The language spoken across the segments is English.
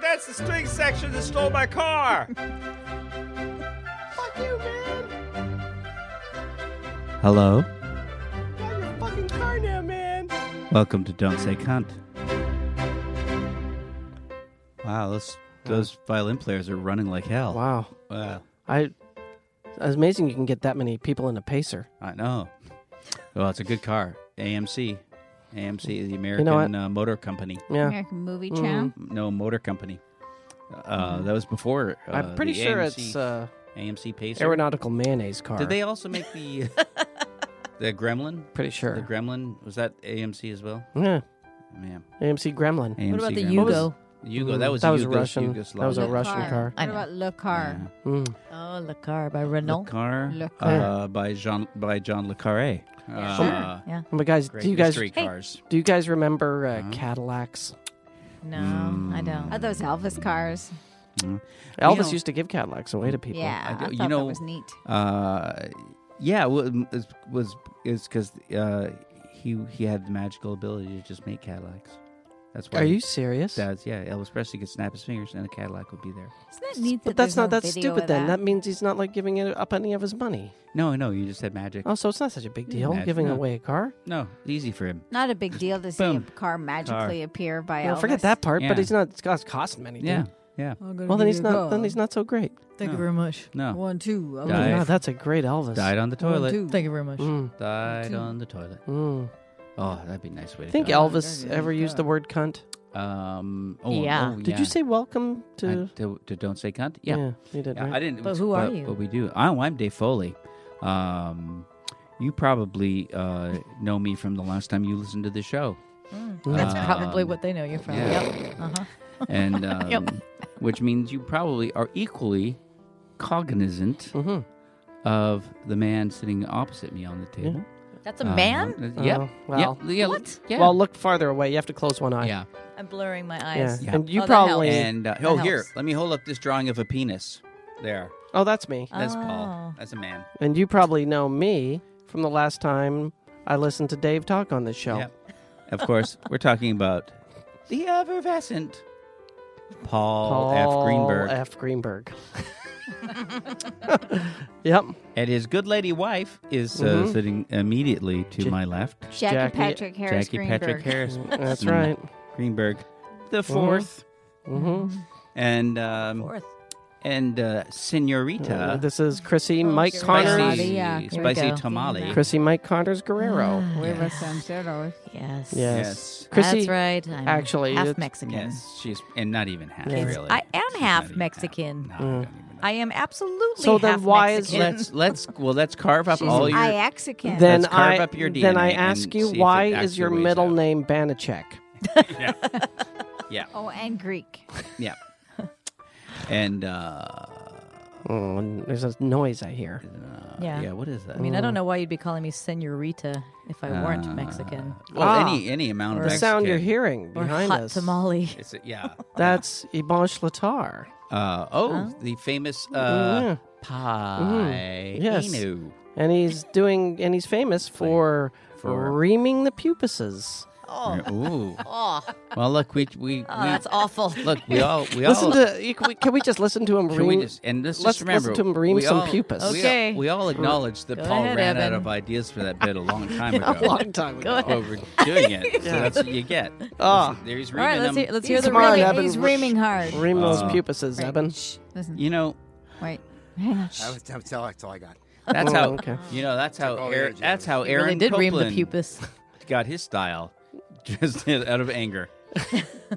that's the string section that stole my car. Fuck you, man. Hello, Drive your fucking car now, man. welcome to Don't Say Cunt. Wow, those those violin players are running like hell. Wow. Wow. I. It's amazing you can get that many people in a pacer. I know. Well, it's a good car. AMC, AMC, the American know what? uh, Motor Company. Yeah. Mm. American Movie Channel. No, Motor Company. Uh, that was before. Uh, Mm-hmm. I'm pretty the sure AMC it's uh, AMC Pacer. aeronautical mayonnaise car. Did they also make the the Gremlin? Pretty The sure. Gremlin was that AMC as well? yeah. Man, AMC Gremlin. AMC What about the Gremlin. Yugo? Yugo. Mm, That was that was Yugo, Russian. Yugoslav. That was a Le Russian Car. car. What about Le Car? Yeah. Mm. Oh, Le Car by Renault. Car Le uh, by Jean by John Le Carre. Uh, Sure. Yeah. But guys, Great do you guys history Uh-huh. Hey. cars. do you guys remember uh, Huh? Cadillacs? No, Hmm. I don't. Are those Elvis cars? Elvis know- used to give Cadillacs away to people. Yeah, I I, do- thought you that know- was neat. Uh, yeah, well, um, it was is because uh, he he had the magical ability to just make Cadillacs. That's why. Are he- you serious? That's yeah. Elvis Presley could snap his fingers and a Cadillac would be there. Isn't that neat? but that that's there's not no that's video stupid of then. That. That means he's not like giving it up any of his money. No, no, you just said magic. Oh, so it's not such a big deal Imagine giving that. away a car. No, easy for him. Not a big deal to see Boom. a car magically appear by Well, Elvis. forget that part, Yeah. but he's not it's cost- costing him anything. Yeah, yeah. Well, then he's not then he's not so great. Thank No. you very much. No. One, two. Oh, I'm Dive. gonna- No, that's a great Elvis. Died on the One, toilet. two. Thank you very much. Mm, Died Two. on the toilet. mm. Oh, that'd be a nice way to Think go. Elvis yeah, ever yeah. used the word cunt? Um. Oh, Yeah. oh, Did you say welcome I- to? to, to don't say cunt? Yeah. you did. Yeah, right? I didn't. But who are but, you? But we do. I'm, I'm Dave Foley. Um, you probably uh, know me from the last time you listened to the show, Mm. That's Uh, Um, probably what they know you from. yeah. Yep. Uh-huh. and um, which means you probably are equally cognizant Mhm. of the man sitting opposite me on the table. That's a Uh-huh. man. Um, yeah. Oh, well. Yeah. yeah, What? Yeah. Well, look farther away. You have to close one eye. yeah. I'm blurring my Yeah. eyes. Yeah. And Oh, you that probably. helps. And uh, oh, here, helps. let me hold up this drawing of a penis. There. Oh, that's me. That's Oh. Paul. That's a man. And you probably know me from the last time I listened to Dave talk on this show. Yep. Of course, we're talking about the effervescent Paul, Paul F. Greenberg F. Greenberg. yep. and his good lady wife is uh, Mm-hmm. Mhm. sitting immediately to my left. Jackie, Jackie- Patrick Harris Jackie Greenberg. Mm-hmm. Patrick Harris. That's right. Greenberg, the 4th hmm and um, Fourth. and uh, Senorita, this is Chrissy Oh, Mike dear. Connors. Spicy. yeah, here we spicy go. tamale. Chrissy Mike Connors Guerrero. Ah, Yes. Mm-hmm. Yes. Yes. Chrissy. That's right. I'm actually, half it's- Mexican. Yes, she's and not even half Yes. really. I am She's half not even Mexican. No, I don't even know. I am absolutely So then half why is Mexican. let's let's well let's carve up all your Iaxican. Then Let's carve I up your then DNA I and ask see you if it why is actually your weighs middle out. name Banachek? yeah oh, and Greek. yeah and uh, Oh, and there's a noise I hear. Yeah. yeah what is that I mean, I Oh. don't know why you'd be calling me senorita if I weren't Mexican. well Ah. any any amount of The sound you're Mexican. hearing Or behind hot us. tamale. It's a- yeah. That's Ibanche Latar. Uh, oh, the famous yeah. uh, pie. Mm-hmm. Yes. Inu. And he's doing, and he's famous for, For- reaming the pupises. Ooh. Oh, Well, look, we we, oh we that's awful. look. We all we Listen all. to, you- can we, can we just listen to him Oh. can ream? we just and let's, let's just remember listen to him ream we some all, pupas. we all- Okay. We all, acknowledge that Go Paul ahead, ran out Evan. of ideas for that bit a long time a ago. long time ago. But Oh, we're doing it, so that's what you get. Ah. There he's All right, reaming let's hear, them. let's hear the he's Come on, real. reaming, Eben. he's reaming hard. Ream those Uh, pupises, Right. Eben. Shh, listen. um, You know, Wait. Hang on. Shh. That was- That's all, that's all I got. that's Oh, how okay. you know that's how all the Aaron, edge out that's of it. how You Aaron really did ream the Copland pupus. got his style, just out of anger.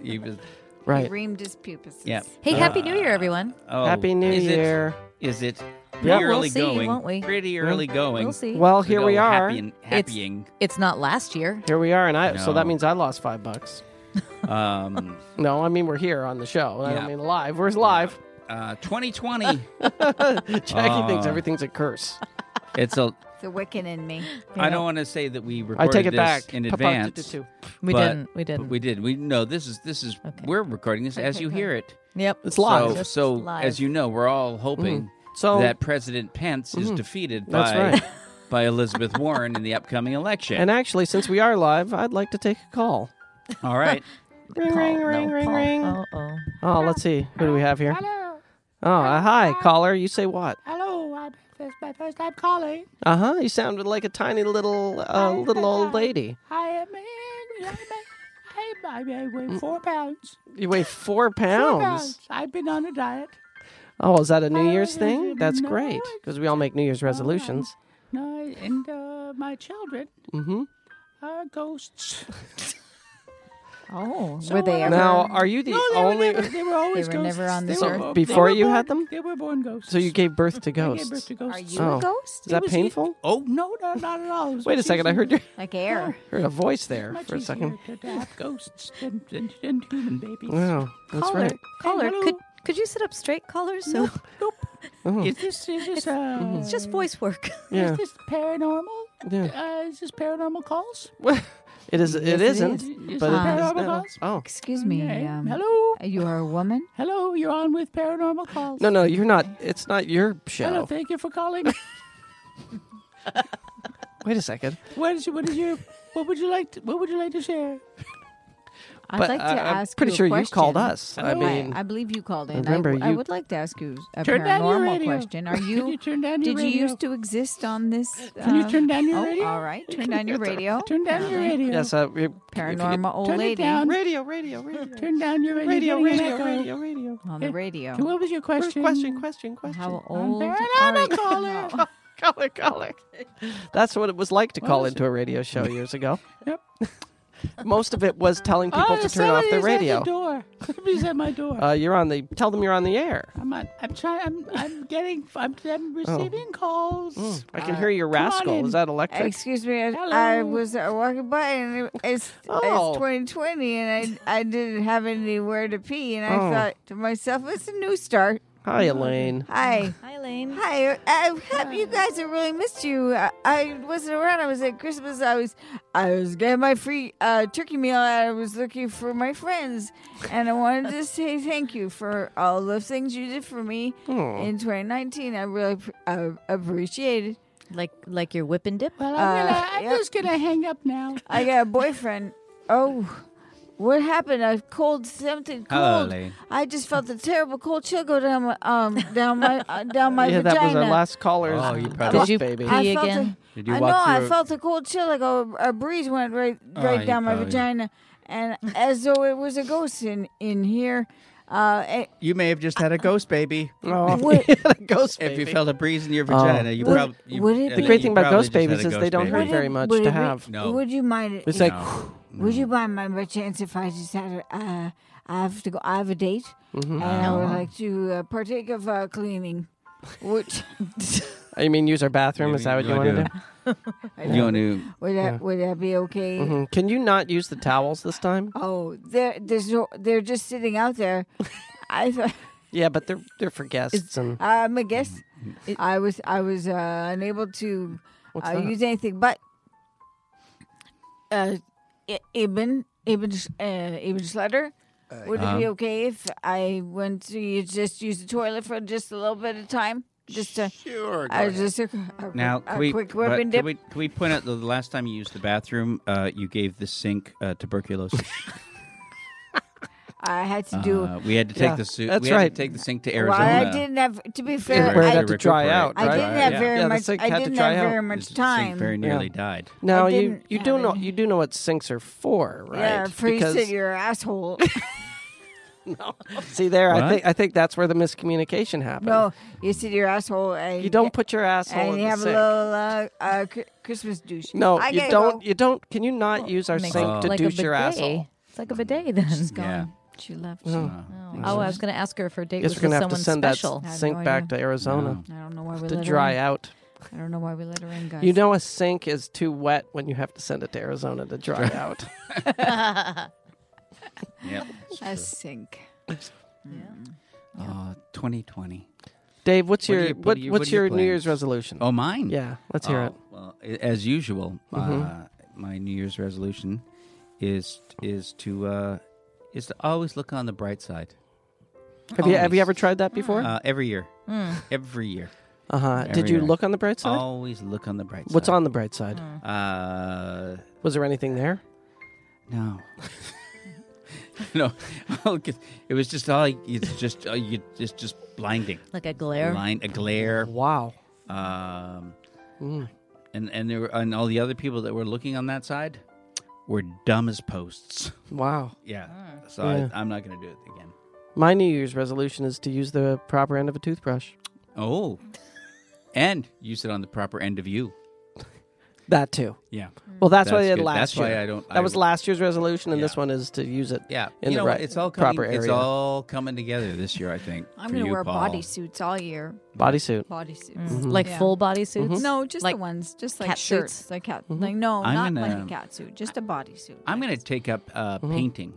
he was, He Right. reamed his pupices. yeah. Hey, Happy New Year, everyone. Oh, Happy New is it- Year. Is it pretty Yeah, we'll early see, going? won't we? Pretty early going. We'll see. Well, To here go we are. happy and happying. It's not last year. Here we are, and I so No. that means I lost five bucks. Um, No, I mean we're here on the show. I Yeah. don't mean live. We're live. uh, 2020. Jackie thinks Ah. everything's a curse. it's a. The Wiccan in me. I don't want to say that we I recorded take it this back. in Papa, advance. tututu. We but- didn't. We But didn't. we did. We no. This is this is. We're recording this as you hear it. yep. It's live. So, Just so live. as you know, we're all hoping So- that President Pence is defeated That's by right. by Elizabeth Warren in the upcoming election. And actually, since we are live, I'd like to take a call. all right. Ring, Paul, ring, no, ring, ring, Paul. ring. Oh, oh. Oh, let's see. Who do we have here? Hello. Oh, uh, hi, caller. You say what? Hello. I'm this my first time calling. Uh huh. You sounded like a tiny little, uh, little old lady. I am in. I'm, I'm, I weigh four pounds. You weigh four Four pounds. pounds. I've been on a diet. Oh, is that a New I Year's thing? didn't That's know great it. because we all make New Year's resolutions. No, I- and uh, my children Mm-hmm. are ghosts. Oh, So Were they when I- ever- Now, are you the No, they were, only? never, they were always were ghosts. never on They this were earth? bo- they Before were you born- had them? They were born ghosts. So you gave birth to I gave birth ghosts. to ghosts. Are you Oh. a ghost? Is that was painful? Oh no, no, not at all. It was Wait a much second. I easier- heard your Like air. heard a voice there much for a second. easier To, to have ghosts than, than, than human babies. Wow, that's Caller. right. caller, hello. could could you sit up straight, caller? So Nope. Oh. Is this is this uh, it's just voice work. Yeah, is this paranormal? yeah. Uh, is this paranormal calls? It is. Yes, It it isn't. Is, is But this it is paranormal now. calls? Oh Excuse me. Okay. Um, Hello, You are a woman? hello. You're on with paranormal calls. no, no, you're not. It's not your Hello, show. thank you for calling. Wait a second. what is what is your what would you like to, what would you like to share? I'd But like to I- I'm ask pretty you a sure you called question. us. I mean- I believe you called in. I, Remember, w- I you- would like to ask you a Turn down your paranormal radio. question. Are Can you you? turn down your Did you radio? used to exist on this? Can you uh, turn down your oh, radio? all right. Turn down your radio. Turn down your radio. Yes. Uh, we- Paranormal old Turn it lady down. on Radio. Radio. Radio. Turn down your uh, Radio. radio. You're getting Radio. an echo. Radio. Radio. the radio. So What was your First question? question. Question. Question. How I'm old? Are paranormal caller. Caller, caller. That's what it was like to call was into a radio show years ago. Yep. Most of it was telling people Oh, to turn off their somebody's at radio. the door. Somebody's at my door. Uh, you're on the. Tell them you're on the air. I'm on, I'm trying. I'm I'm getting. I'm, I'm Oh. receiving calls. I can hear your Hmm. come on rascal. in. Is that electric? Excuse me, I, I Hello. was uh, walking by and it- it's, Oh. it's 2020 and I, I didn't have anywhere to pee and I Oh. thought to myself, it's a new start. Hi, Elaine. Hi. Hi, Lane. Hi, I, have you guys have really missed you. I, I wasn't around. I was at Christmas. I was, I was getting my free uh, turkey meal. And I was looking for my friends, and I wanted to say thank you for all the things you did for me Oh. in 2019. I really pr- uh, appreciate it. Like like your whip and dip. Well, I'm, Uh, gonna, I'm yep. just gonna hang up now. I got a boyfriend. Oh, what happened? A cold, something Hello, cold. Elaine. I just felt a terrible cold chill go down my um down my uh, down my yeah, vagina. that was our last caller's Oh, you ghost probably- Did you baby. pee? I felt again? A, Did you I walk know. I through a- felt a cold chill, like a, a breeze went right right Oh, you down my probably- vagina, and as though it was a ghost in in here. Uh, eh, You may have just had a ghost baby. Oh, What- the ghost baby. If you felt a breeze in your vagina, you Would- probably. would it be- the great thing about ghost babies is they don't would hurt it- very much would to it be- have. No. Would you mind? it- It's like, Mm. Would you mind my by chance if I just had a, uh, I have to go, I have a date Mm-hmm. and I would like to uh, partake of uh, cleaning. Would, you mean use our bathroom? Is that what you want to do? You want to? would, that, would that be okay? Mhm. Can you not use the towels this time? Oh, they're, there's no, they're just sitting out there. I thought, Yeah, but they're they're for guests and I'm a guess. I was, I was uh, unable to Mm-hmm. What's uh, that? use anything, but uh, I- Ibn, Ibn, Sh- uh, Ibn Schletter. Uh, Would it be Um, okay if I went to you just use the toilet for just a little bit of time? Just to, Sure. I just a, a, Now, a can we, quick but whip and can dip. we can we point out the last time you used the bathroom, uh, you gave the sink uh, tuberculosis. I had to do. Uh, we had to take Yeah, the su- that's we had right. to take the sink to well, Arizona. I didn't have. To be fair, where it Right. I, had to dry Recuperate. out. I Right? didn't have Yeah. very Yeah, the much. sink I had to didn't dry have out. very The much sink time. very nearly died. Now I you didn't you do have know any. you do know what sinks are for, right? Yeah, for you because, said you're an asshole. see there, I What? think I think that's where the miscommunication happened. no, you said you're an asshole. And you don't put your asshole And in you the have a sink. little uh, uh, cr- Christmas douche. no, I you gotta don't. go. You don't. Can you not use our Makes sink it to like a douche your bidet. asshole? It's like a bidet then. She's gone. Yeah. She left. Oh. Oh, I was going to ask her if her date Guess was we're gonna with have to someone send special. I that have sink no back idea. to Arizona I don't know why we to let dry her in. out. I don't know why we let her in, guys. You know, a sink is too wet when you have to send it to Arizona to dry out. Yeah. a sink. Oh, 2020. Dave, what's What do your you- what what, do you- what what's are your your New plans? Year's resolution? Oh, mine. yeah, let's hear Oh, it. Well, a- as usual, uh, my New Year's resolution is is to uh, is to always look on the bright side. Have you have always. you ever tried that before? Uh, every year, Hmm, every year, Uh huh. Did every you year. look on the bright side? always look on the bright What's side. on the bright side? on? Uh, Was there anything there? no. no, it was just all. It's just uh, you. It's just blinding. Like a glare. Blind, a glare. Wow. Um, Mm. and and there were, and all the other people that were looking on that side were dumb as posts. Wow. Yeah. Ah. So Yeah. I, I'm not going to do it again. My New Year's resolution is to use the proper end of a toothbrush. Oh. and you sit on the proper end of you. That too. Yeah. Well, that's, why That's they had good. last That's year. why I don't- That I- was last year's resolution, and this Yeah. one is to use it. Yeah. In you the know right what? It's all coming, proper area. It's all coming together this year, I think. I'm for gonna you, wear Paul. bodysuits all year. bodysuit. Bodysuits. Mm, Mm-hmm. Like Yeah. full body suits? No, just Like the ones, just like cat shirts, suits? like cat. Like no, Mm-hmm. I'm not gonna- like a cat suit, just a bodysuit. I'm going to take up uh, Mm-hmm. painting.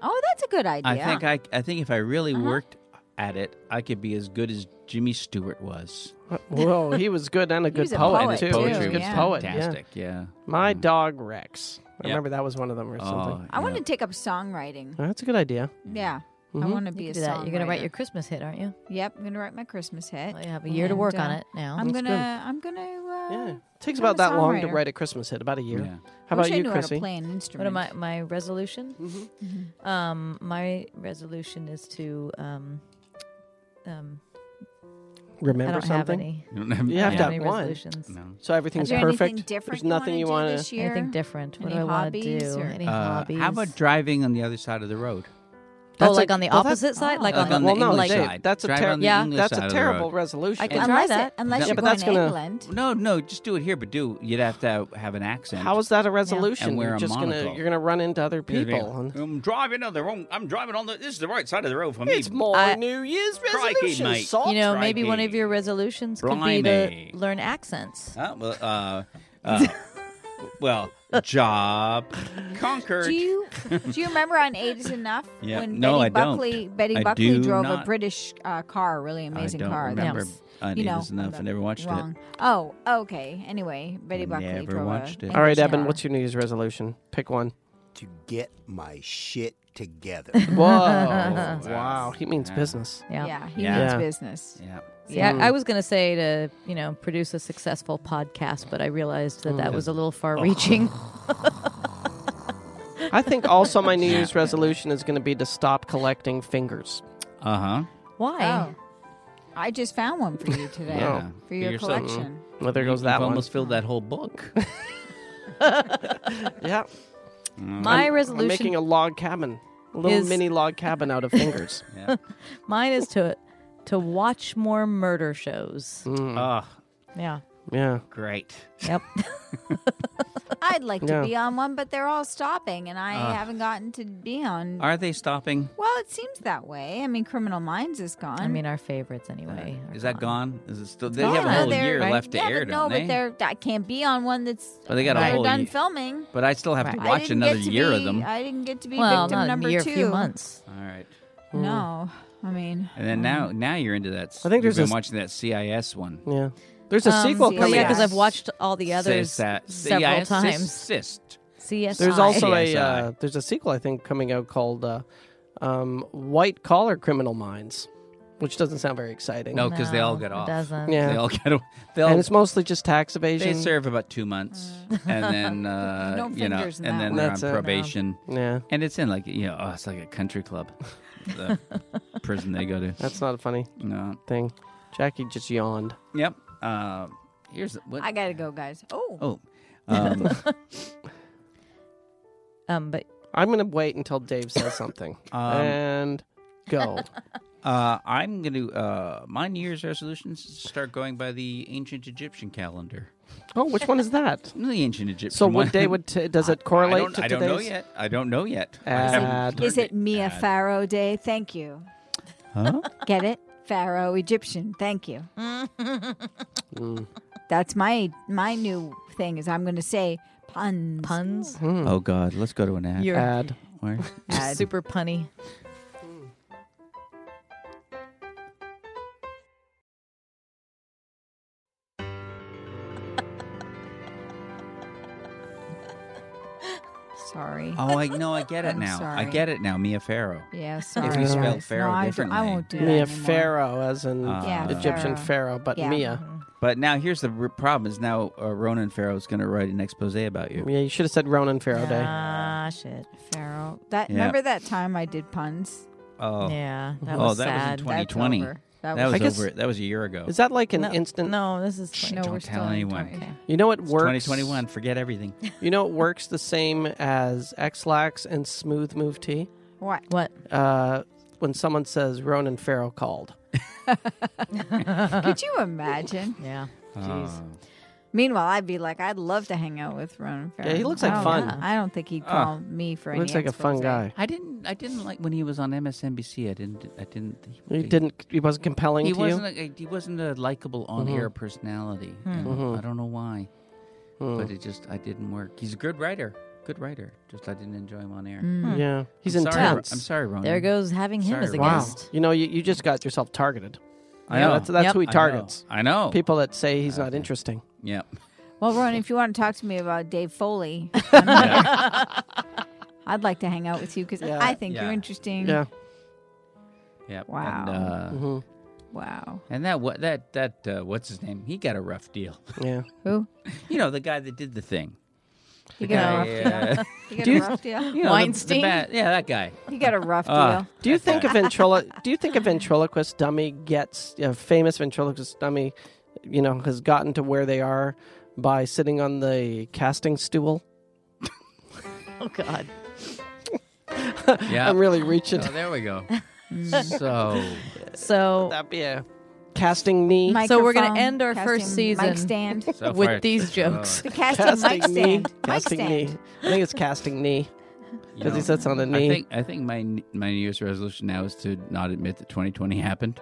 Oh, that's a good idea. I think I, I think if I really Uh-huh. worked at it, I could be as good as Jimmy Stewart was. Whoa, he was good and a good was a poet, poet, too. too, He was a good yeah. poet. Yeah. Fantastic. Yeah. My dog Rex. I Yeah. remember that was one of them or Oh, something. Uh, I want yeah. Mm-hmm. to take up songwriting. That's a good idea. Yeah, I want to be You a can do that. You're gonna write songwriter. your Christmas hit, aren't you? Yep, I'm gonna write my Christmas hit. Well, you have a year to And, work on uh, it now. I'm That's gonna, good. I'm gonna. Uh, Yeah. It takes I'm a about that long to songwriter. write a Christmas hit, about a year. Yeah. How I about wish I you, knew How Chrissy? to play an What instrument. am I? My resolution. Mm-hmm. Mm-hmm. Um, my resolution is to um, um, I Remember don't have something? any. You don't have, You I have don't to have have any one. resolutions. No. So everything's Is there anything perfect. different? There's nothing you want wanna- to this year? Anything different? What Any do I want to hobbies do? or- Any Uh, hobbies? how about driving on the other side of the road? oh, That's like, like- on the well, that- opposite side, like Uh, on the well, no, English like Dave, side. that's a Drive ter- on the Yeah. English That's side a of the terrible road. resolution. I could And try Unless, that. it, unless Yeah, you're but going that's to gonna- England. No, no, just do it here, but do you'd have to have an accent. How is that a resolution? And wear you're a just gonna monocle. you're gonna run into other You'd be people. like, and- I'm driving on the wrong. I'm driving on the. This is the right side of the road for me. It's more I- New Year's Crikey, resolution. mate. salt. you know maybe one of Crikey. your resolutions could be Blimey. to learn accents. Uh, well, uh, uh, well, job conquered. Do you do you remember on Eight Is Enough Yeah. when No, Betty I don't. Buckley Betty I Buckley do drove a not. British uh, car, a really amazing I don't car. remember. that was, I you know, enough. I never watched wrong. Oh, okay. Anyway, Betty Buckley Never drove watched a, it. All right, English Evan, car. what's your New Year's resolution? Pick one. to get my shit together. Whoa. wow. He means Yeah. business. Yeah. Yeah, he Yeah. means Yeah. business. it. Yeah. Yeah, Mm. I was gonna say to you know produce a successful podcast, but I realized that Mm. that was a little Oh. far-reaching. I think also my New Year's resolution is going to be to stop collecting fingers. Uh huh. Why? Oh, I just found one for you today Yeah. for your You're so- collection. Well, there goes that I've one. almost filled that whole book. yeah. My Mm. I'm making resolution, a log cabin, a little Is- mini log cabin out of fingers. yeah. mine is to to watch more murder shows. Mm. Oh, Yeah. yeah. great. Yep. I'd like to Yeah. be on one, but they're all stopping, and I haven't gotten to be on. Ah. Are they stopping? well, it seems that way. I mean, Criminal Minds is gone. I mean, our favorites anyway. are Is that gone? Is it still? They Oh, have a no, whole they're- year right. left to yeah, air, but don't no, they? but they're I can't be on one that's Well, they got a they're whole done year. filming. But I still have to I watch didn't another get to year be, uh, of them. I didn't get to be Well, victim not number a year, two. a few months. All right. No, I mean, And then now, Mm. now you're into that. I think there's you've been this- watching that CIS one. Yeah. There's a Um, sequel yeah, Well, coming yeah, yeah. because out. I've watched all the others CIS several CIS times. Cyst. CSI. There's also a CSI. uh, there's a sequel I think coming out called uh, um, White Collar Criminal Minds, which doesn't sound very exciting. No, because Oh, they all No, got it off. doesn't. Yeah. They all got. a- They all And it's mostly just tax They evasion. serve about two months, and then uh, Mm. No you know, fingers in and that then one. they're That's it. on No. probation, yeah. and it's in like you know, oh, it's like a country club, the prison they go to. That's not a funny No. thing. Jackie just yawned. Yep. Uh, here's what. I gotta go, guys. Oh, oh, um, Um, but I'm going to wait until Dave says something Um, and go. uh, I'm gonna. Uh, my New Year's resolutions is to start going by the ancient Egyptian calendar. Oh, which one is that? The ancient Egyptian. So one. what day would t- does it I correlate don't, to I don't today's? know yet. I don't know yet. I Is it- haven't is learned it Mia Add. Farrow Day? Thank you. Huh? Get it, Pharaoh Egyptian. Thank you. Mm. That's my my new thing. Is I'm gonna say puns. puns, Hmm. Oh God, let's go to an ad. you're Add. Where? just super punny. Sorry. Oh, I no, I get it I'm now. I sorry. get it now. Mia Farrow. Yeah, sorry. you spelled guys. Pharaoh no, I'm- differently. I won't do that Mia anymore. Pharaoh, as in Uh, Yeah, Egyptian pharaoh, but Yeah. Mia. Hmm. But now here's the r- problem: is now uh, Ronan Farrow is going to write an expose about you. Yeah, you should have said Ronan Pharaoh Day. Ah, Gosh, it. Pharaoh. That Yeah. remember that time I did puns? Oh, Yeah, that Oh, was that was in sad. 20 That's 20. over. That, that was was I guess- over. That was a year ago. Is that like an Oh. no, instant? No, this is Shh, no, don't we're tell still in anyone. 20. Okay. You know what works? Twenty twenty one. Forget everything. You know what works the same as X-Lax and Smooth Move T? what? What? Uh, when someone says Ronan Farrow called. Could you imagine? Yeah. Jeez. Meanwhile, I'd be like, I'd love to hang out with Ronan Farrow. Yeah, he looks like I don't fun. Ah, know. I don't think he'd call me for any. Looks like a fun expose. guy. I didn't. I didn't like when he was on MSNBC. I didn't. I didn't. He didn't. He wasn't compelling He to wasn't. you. A, he wasn't a likable on-air personality. And I don't know why, but it just. I didn't work. He's a good writer. Good writer. Just I didn't enjoy him on air. Yeah, he's I'm Sorry, intense. I'm sorry, Ron. There goes having him Sorry, as Hmm. a Rob. Wow. guest. You know, you, you just got yourself targeted. I Yeah, know. that's that's Yep. who he I know. targets. I know. Uh, People that say he's not interesting. Yep. Well, Ronan, if you want to talk to me about Dave Foley, I'm here. I'd like to hang out with you because Yeah. I think Yeah. you're interesting. Yeah. Mm-hmm. Yep. Wow. And, uh, Wow. and that what that that uh, what's his name? He got a rough deal. Yeah. Who? you know the guy that did the thing. You The got a rough guy, deal. uh, You got Do a you- rough deal. you know, the- the Weinstein? bad- yeah, that guy. You got a rough Ah. deal. Do you think a ventrilo- Do you think a ventriloquist dummy gets a famous ventriloquist dummy? You know, has gotten to where they are by sitting on the casting stool. Oh God. Yeah. I'm really reaching. Oh, there we go. so So That'd be a casting knee. So we're gonna Microphone, end our casting first season. Mic stand. so with far- these oh, jokes. The casting, casting mic knee. stand. Mic Casting stand. knee. I think it's casting knee you because know. he sits on a knee. I think I think my my New Year's resolution now is to not admit that 2020 happened.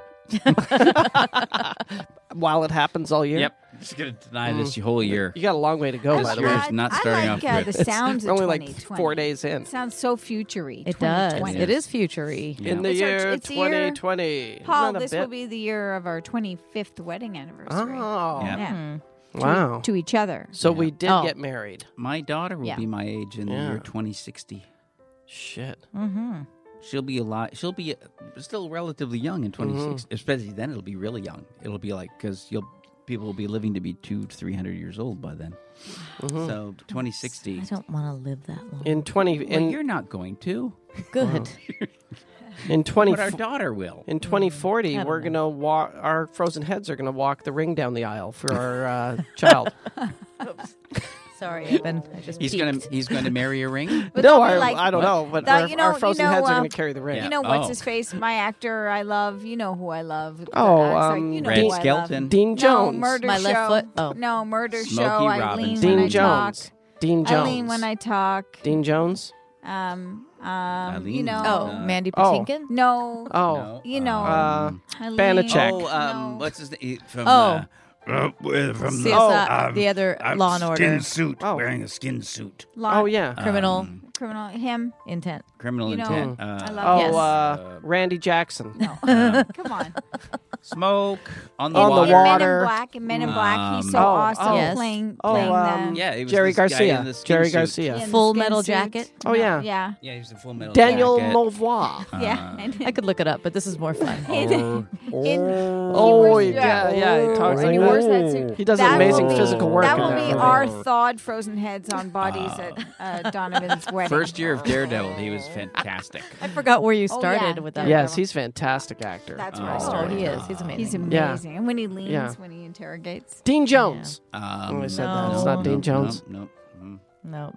While it happens all year. I'm just gonna deny this whole year. You got a long way to go, This Oh, by the year way. is not I starting off like, uh, good. the It's sounds It's of only like 2020. four days in. It sounds so futury. It does. 2020. It is futury. Yeah. In the It's our- year it's the year- 2020. Paul, Not a this bit. will be the year of our 25th wedding anniversary. Oh, Yeah. Yeah. Hmm. Hmm. wow. To each other. So we did Oh. get married. my daughter will Yeah. be my age in the Yeah. year 2060. Shit. Mm-hmm. She'll be alive. She'll be uh, still relatively young in 26. Mm-hmm. Especially then, it'll be really young. It'll be like because you'll people will be living to be two, three hundred years old by then. Mm-hmm. So 2060. I don't want to live that long. In 20 Well, in you're not going to, Good. in 20 but our daughter will. in Mm, 2040 we're going to walk our frozen heads are going to walk the ring down the aisle for our uh, child. Sorry, Evan. I just He's gonna he's going to marry a ring. no, But they'll be I, like- I don't know, but They'll- our, you know- our you frozen know, heads are uh, going to carry the ring. Yeah. You know what's Oh. his face? My actor I love. You know who I love. Oh, Uh, it's like, um, you know Red who I love. Skelton, Dean Jones. No, murder My show. left foot? Oh. No, murder Smokey show. I lean Robinson. when Dean I Jones. talk. Dean Jones. I lean when I talk. Dean Jones? Um, um, you Eileen. know. Oh, Uh, Mandy oh. Patinkin. No. Oh. No. mm, You know. Uh, Eileen. Banachek. Oh, um, No. what's his name from? Oh. uh, CSI, the other Law and Order suit, Oh. wearing Uh, a skin suit. Law, Oh yeah. criminal Um, Criminal. Him. intent. Criminal You know, intent. Uh, I oh, love Yes. uh, Randy Jackson. Come on. smoke on the On water. the In Men in Water. Black. In Men in Black. He's so Um, Oh, awesome oh, Yes. playing oh, playing um, the. Yeah, it was Jerry this guy Garcia. in the skin Jerry suit. Garcia. in the Full skin Metal suit. Jacket. Oh yeah. Yeah. Yeah, he was in Full Metal Daniel Jacket. Novois. Uh, Yeah. I could look it up, but this is more fun. Or- Oh wears- yeah, yeah. He talks When like he that. wears that suit. He does That amazing will be- physical work. That in will that be movie. our thawed frozen heads on bodies at uh, Donovan's wedding. First year of Daredevil, he was fantastic. I forgot where you Oh, started yeah. with that. Yes, he's a fantastic actor. That's Oh, where I Oh, started. he is. He's amazing. He's Yeah. amazing. And when he leans, Yeah. when he interrogates. Dean Jones. Um, Oh, I said that. It's no, not Dean no, Jones. No, no, no. No,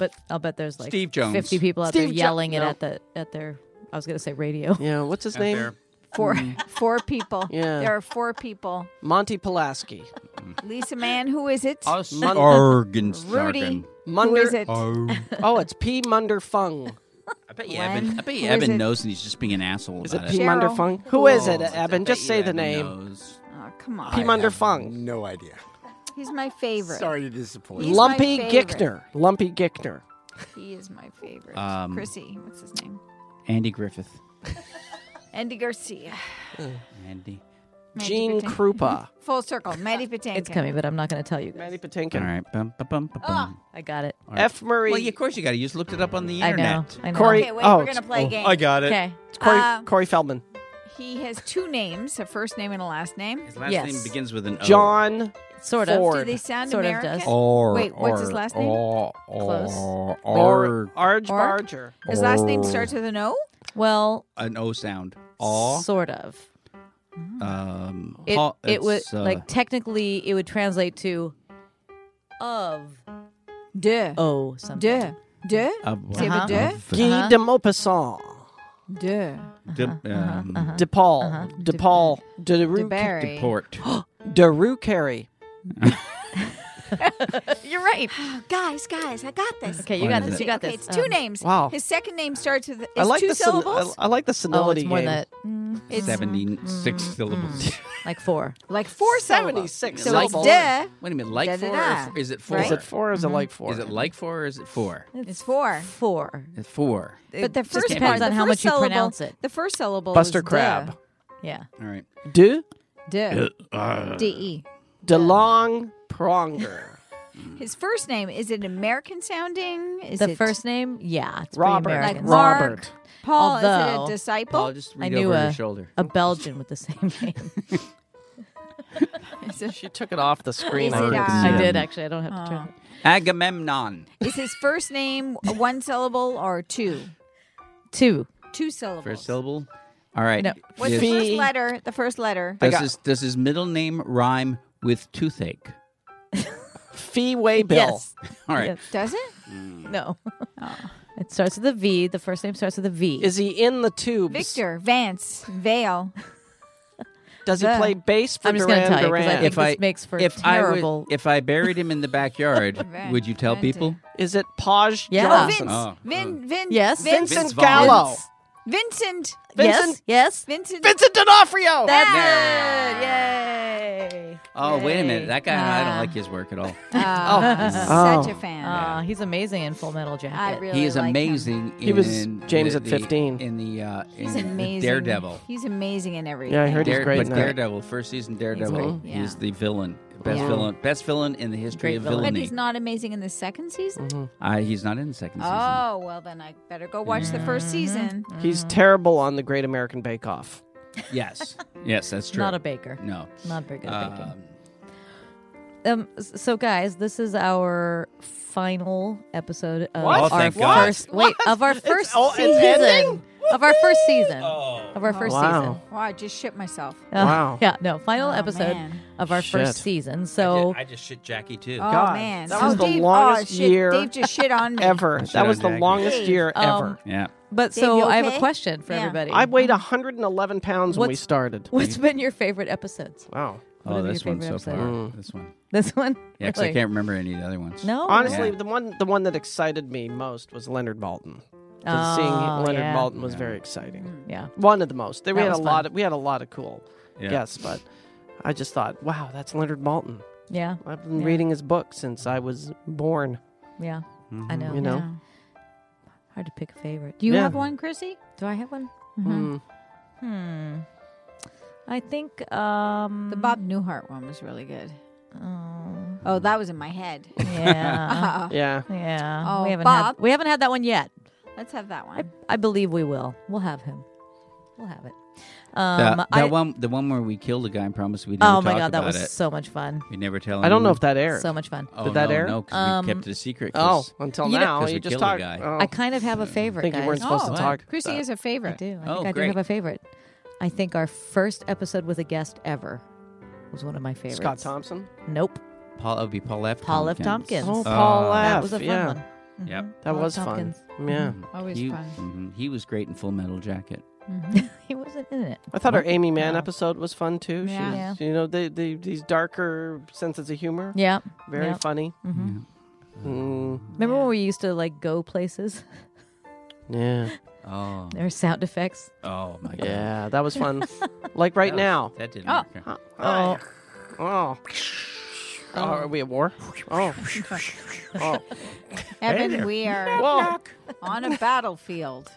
but I'll bet there's like Steve Jones. 50 people out there Steve Jo- yelling it No. at the at their. I was gonna say radio. Yeah, what's his Out name? there. Four, Mm. four people. Yeah. There are four people. Monty Pulaski. Lisa Mann, who is it? Us Mon- Rudy. Argenstagen. Who Munder. is it? Oh, it's P. Munder Fung. I bet you Glenn? Evan, I bet you Who is Evan it? knows and he's just being an asshole Is it about P. it. Munder Cheryl. Fung? Who is Oh, it, I bet Evan? Just you say the Evan name. knows. Oh, come I P. on. have Munder Fung. No idea. He's my favorite. Sorry to disappoint. He's you. my Lumpy favorite. Gickner. Lumpy Gickner. He is my favorite. Um, Chrissy, what's his name? Andy Griffith. Andy Garcia. Andy. Mandy Gene Patinkin. Krupa. Full circle. Maddie Patinkin. It's coming, but I'm not gonna tell you. Guys. Manny Patinkin. All right. Bum, ba, bum, ba, Ah. bum. I got it. All right. F. Murray. Well, yeah, of course you got it. You just looked it up on the I know. internet. I know. Corey- Okay, wait, Oh, we're going to play a game. got Okay. Corey, Um, Corey Feldman. He has two names, a first name and a last name. His last Yes. Oh. name begins with an O. John Sort Ford. of. Do they sound sort American? Of does. Or, Wait, what's his or- last name? Or, or, Close. Or, Or Arge Or- Barger. His last name or- starts with an O. Well, An O sound. Aw. sort of. um, It, ha- it would it's, uh, like technically it would translate to of Duh. oh something. Duh. Duh. uh, of what? Say with Uh-huh. de? Of- Guy Uh-huh. de Maupassant. Duh. dip- um, De Paul. Uh-huh. De Paul. De De Rue. Barry. Port. De Rue Carey. You're right. guys, guys, I got this. Okay, you What got is this. it? You got Okay, this. it's two Um, names. Wow. His second name starts with. It's I like two the sen- syllables. I, I like the Oh, senility it's more game. than that. it's 76 syllables. Like four. Like four syllables. 76 so like it's syllables. duh. Wait a minute, like Da, da, four? da. Or f- is it four? Is it four or Mm-hmm. is it like four? Is it like four or is it four? It's four. Four. It's four. But the just first depends part, on the how first much you syllable- pronounce it. The first syllable. Buster is duh. Crab? Yeah. All right. De Duh. Uh. D E. DeLong Pronger. His first name is it American sounding? Is the it first name, yeah, it's pretty Robert. like American. Mark, Robert. Paul? Although- is it a disciple? Paul, just read I knew over a, your shoulder. a Belgian with the same name. she took it off the screen. Is it, already. uh, I did actually. I don't have to turn. it. Agamemnon. Is his first name one syllable or two? Two. Two syllables. First syllable. All right. No. What's Does- the first Fee. letter? The first letter. does, his, does his middle name rhyme with toothache? Fee Way Bill. Yes. All right. Yes. Does it? No. It starts with a V. The first name starts with a V. Is he in the tubes? Victor, Vance, Vale. Does he play bass for I'm just Duran gonna tell you Duran? because I think If I- this makes for if I terrible. would, if I buried him in the backyard, Right. would you tell Right. people? Is it Paj Yeah. Oh, Johnson? Vince. Oh. Vin, Vin. Yes. Vin, Vincent Vince Vaughn. Gallo. Vincent. Vincent- yes. Yes. Vincent. Vincent D'Onofrio. That's it. Yay. Oh, wait a minute. That guy, I don't Ah. like his work at all. Oh, Oh. Such a fan. Ah, he's amazing in Full Metal Jacket. I really he is like him. amazing. In He was James the- at the- 15. In the uh, He's in amazing. Daredevil. He's amazing in everything. Yeah, I heard he's Dare- great but in that. Daredevil, first season Daredevil, great, yeah. he's the villain, best Yeah. villain, best villain in the history Great of villain. But villainy. he's not amazing in the second season. Mm-hmm. Uh, he's not in the second season. Oh well, then I better go watch the first season. He's terrible on the Great American Bake Off. Yes, yes, that's true. Not a baker. no. Not very good at baking. Um, Um, s- so guys, this is our final episode of What? Oh, our thank God. first wait of our first all- it's season ending? of our first season Oh, of our first Wow. season. Wow, I just shit myself. Uh, Wow. yeah, no, final Oh, episode man. of our Shit. first season. So I just shit Jackie too. Oh God, man, that oh, was the Dave, longest oh, shit, year Dave just shit on me. Ever. Shit That on was the Jackie. longest year Mm-hmm. Um, ever. Yeah. but Dave, so you I have a okay? question for Yeah. everybody. I weighed 111 pounds when we What's- started. What's been your favorite episodes? Wow. What Oh, are your this one so favorite far. Mm. episodes? This one. This one? Yeah, 'cause I Really? can't remember any of the other ones. No. Honestly, Yeah. the one the one that excited me most was Leonard Malton. 'Cause Oh, seeing Leonard yeah. Malton was very exciting. Yeah. One of the most. There- We That had a was lot. fun. Of, we had a lot of cool Yeah. guests, but I just thought, wow, that's Leonard Malton. Yeah. I've been Yeah. reading his book since I was born. Yeah. Mm-hmm. I know. You know. Hard to pick a favorite. Do you Yeah. have one, Chrissy? Do I have one? Mm-hmm. Mm. Hmm. I think um The Bob Newhart one was really good. Oh, Oh, that was in my head. yeah. Uh, Yeah. yeah. Oh, we haven't Bob. had we haven't had that one yet. Oh, let's have that I, one. I believe we will. We'll have him. We'll have it. Um That, that I, one, the one where we killed a guy and promised we didn't Oh talk my god, that about was it. so much fun. we never tell. I don't know anyone. if that aired. So much fun. Oh, Did that no, air? No, 'cause Um, we kept it a secret. oh, 'cause- until You know- now, 'Cause we you just killed a talked. guy. Oh, I kind of have a I favorite, think you guys. weren't supposed Oh, to talk. Chrissy is a I favorite. do. I Oh, think I do great. have a favorite. I think our first episode with a guest ever was one of my favorites. Scott Thompson. Nope. Paul, that would be Paul F. Paul F. Tompkins. Oh, Oh, Paul that F. was a fun yeah, one. Mhm. Yep. that Paul was Tompkins. Mm-hmm. fun. Yeah, Always he, fun. mhm, he was great in Full Metal Jacket. He wasn't in it. I thought our Amy Mann Yeah. episode was fun too. She, Yeah. was- Yeah. you know, they, they, these darker senses of humor, Yeah. very yeah. funny. hmm Mm, Remember when we used to like go places? yeah, Oh, There were sound effects. oh my God. yeah, that was fun. like right That was- now. that didn't. Oh. work. Oh, oh. Oh, are we at war? Oh, oh, Evan, we are whoa! on a battlefield.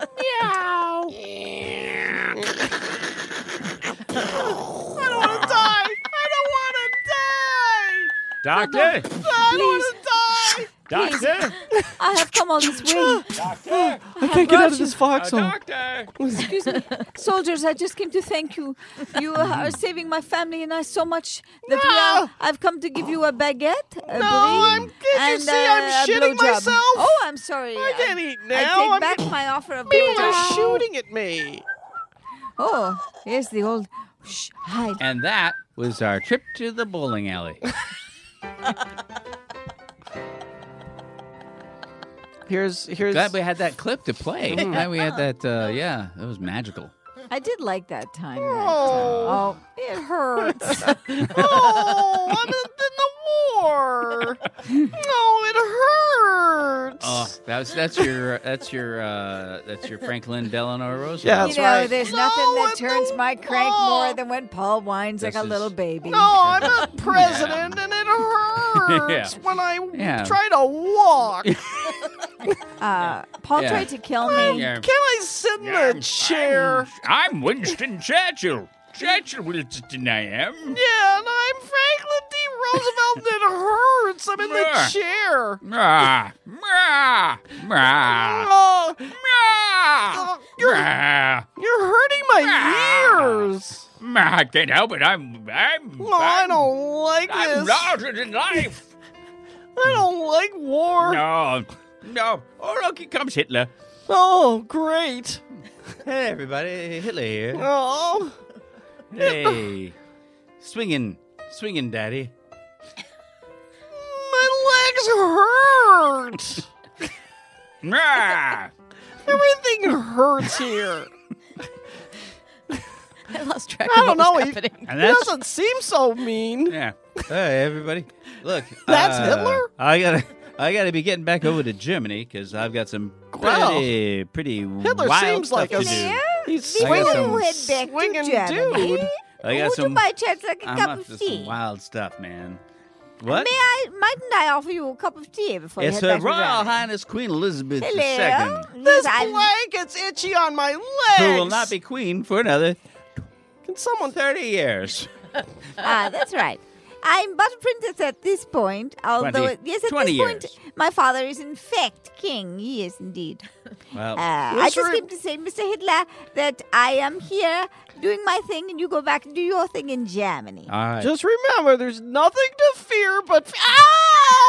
Doctor, Please, Doctor! I have come all this way. Doctor! I can't get out of this A foxhole. doctor! Excuse me, soldiers. I just came to thank you. You are saving my family and I so much that we are, I've come to give you a baguette. A no, I'm- can't you and, see uh, I'm a shitting blowjob. myself? Oh, I'm sorry. I can't eat I now. take I'm- back my offer of People blowjob. are shooting at me. Oh, here's the old. Shh, hide. And that was our trip to the bowling alley. Here's here's Glad we had that clip to play. Glad we had that. Uh, yeah, that was magical. I did like that time. that time. Oh, it hurts. Oh, I'm in the war. No, it hurts. Oh, that was that's your that's your uh, that's your Franklin Delano Roosevelt. Yeah, you that's know, right. there's No, nothing that I'm turns the my crank law. more than when Paul whines like This a little is- baby. No, I'm a president, and it hurts Yeah. when I Yeah. try to walk. Uh, Paul Yeah. tried to kill me. Yeah. Can I sit in Yeah, a chair? I'm Winston Churchill. Churchill Winston I am. Yeah, and I'm Franklin D. Roosevelt, and it hurts. I'm in the Yeah. chair. Ah, ah, ah, Oh, ah, ah, you're hurting my ears. I can't help it. I'm, I'm, No, I I'm, don't like I'm this. larger than life. I don't like war. No, no. Oh, look, here comes Hitler. Oh, great. Hey everybody, Hitler here. Oh, Hey, swinging, swinging, daddy. my legs hurt. Ah. Everything hurts here. I lost track I don't of what know. was He, happening. he And that's- doesn't seem so mean. Yeah. Hey everybody, look. That's uh, Hitler? I gotta. I gotta be getting back over to Germany because I've got some Wow. pretty, pretty Hitler wild seems stuff like to a do. he's I got swinging, some- Head back to swinging Germany. dude. I got Would some. you by chance like a I'm cup up of to tea? some wild stuff, man. What? May I, mightn't I offer you a cup of tea before It's you Her head Royal back Highness Queen Elizabeth to Germany? II, Hello. This Yes, I'm- blanket's itchy on my legs. who will not be queen for another Can someone? 30 years. Ah, that's right. I'm but a princess at this point, although Twenty- it- yes, at twenty this point years. Oh. my father is in fact king. Yes, indeed. Well, Uh, I just came to say, Mr. Hitler, that I am here doing my thing, and you go back and do your thing in Germany. all right. Just remember, there's nothing to fear but.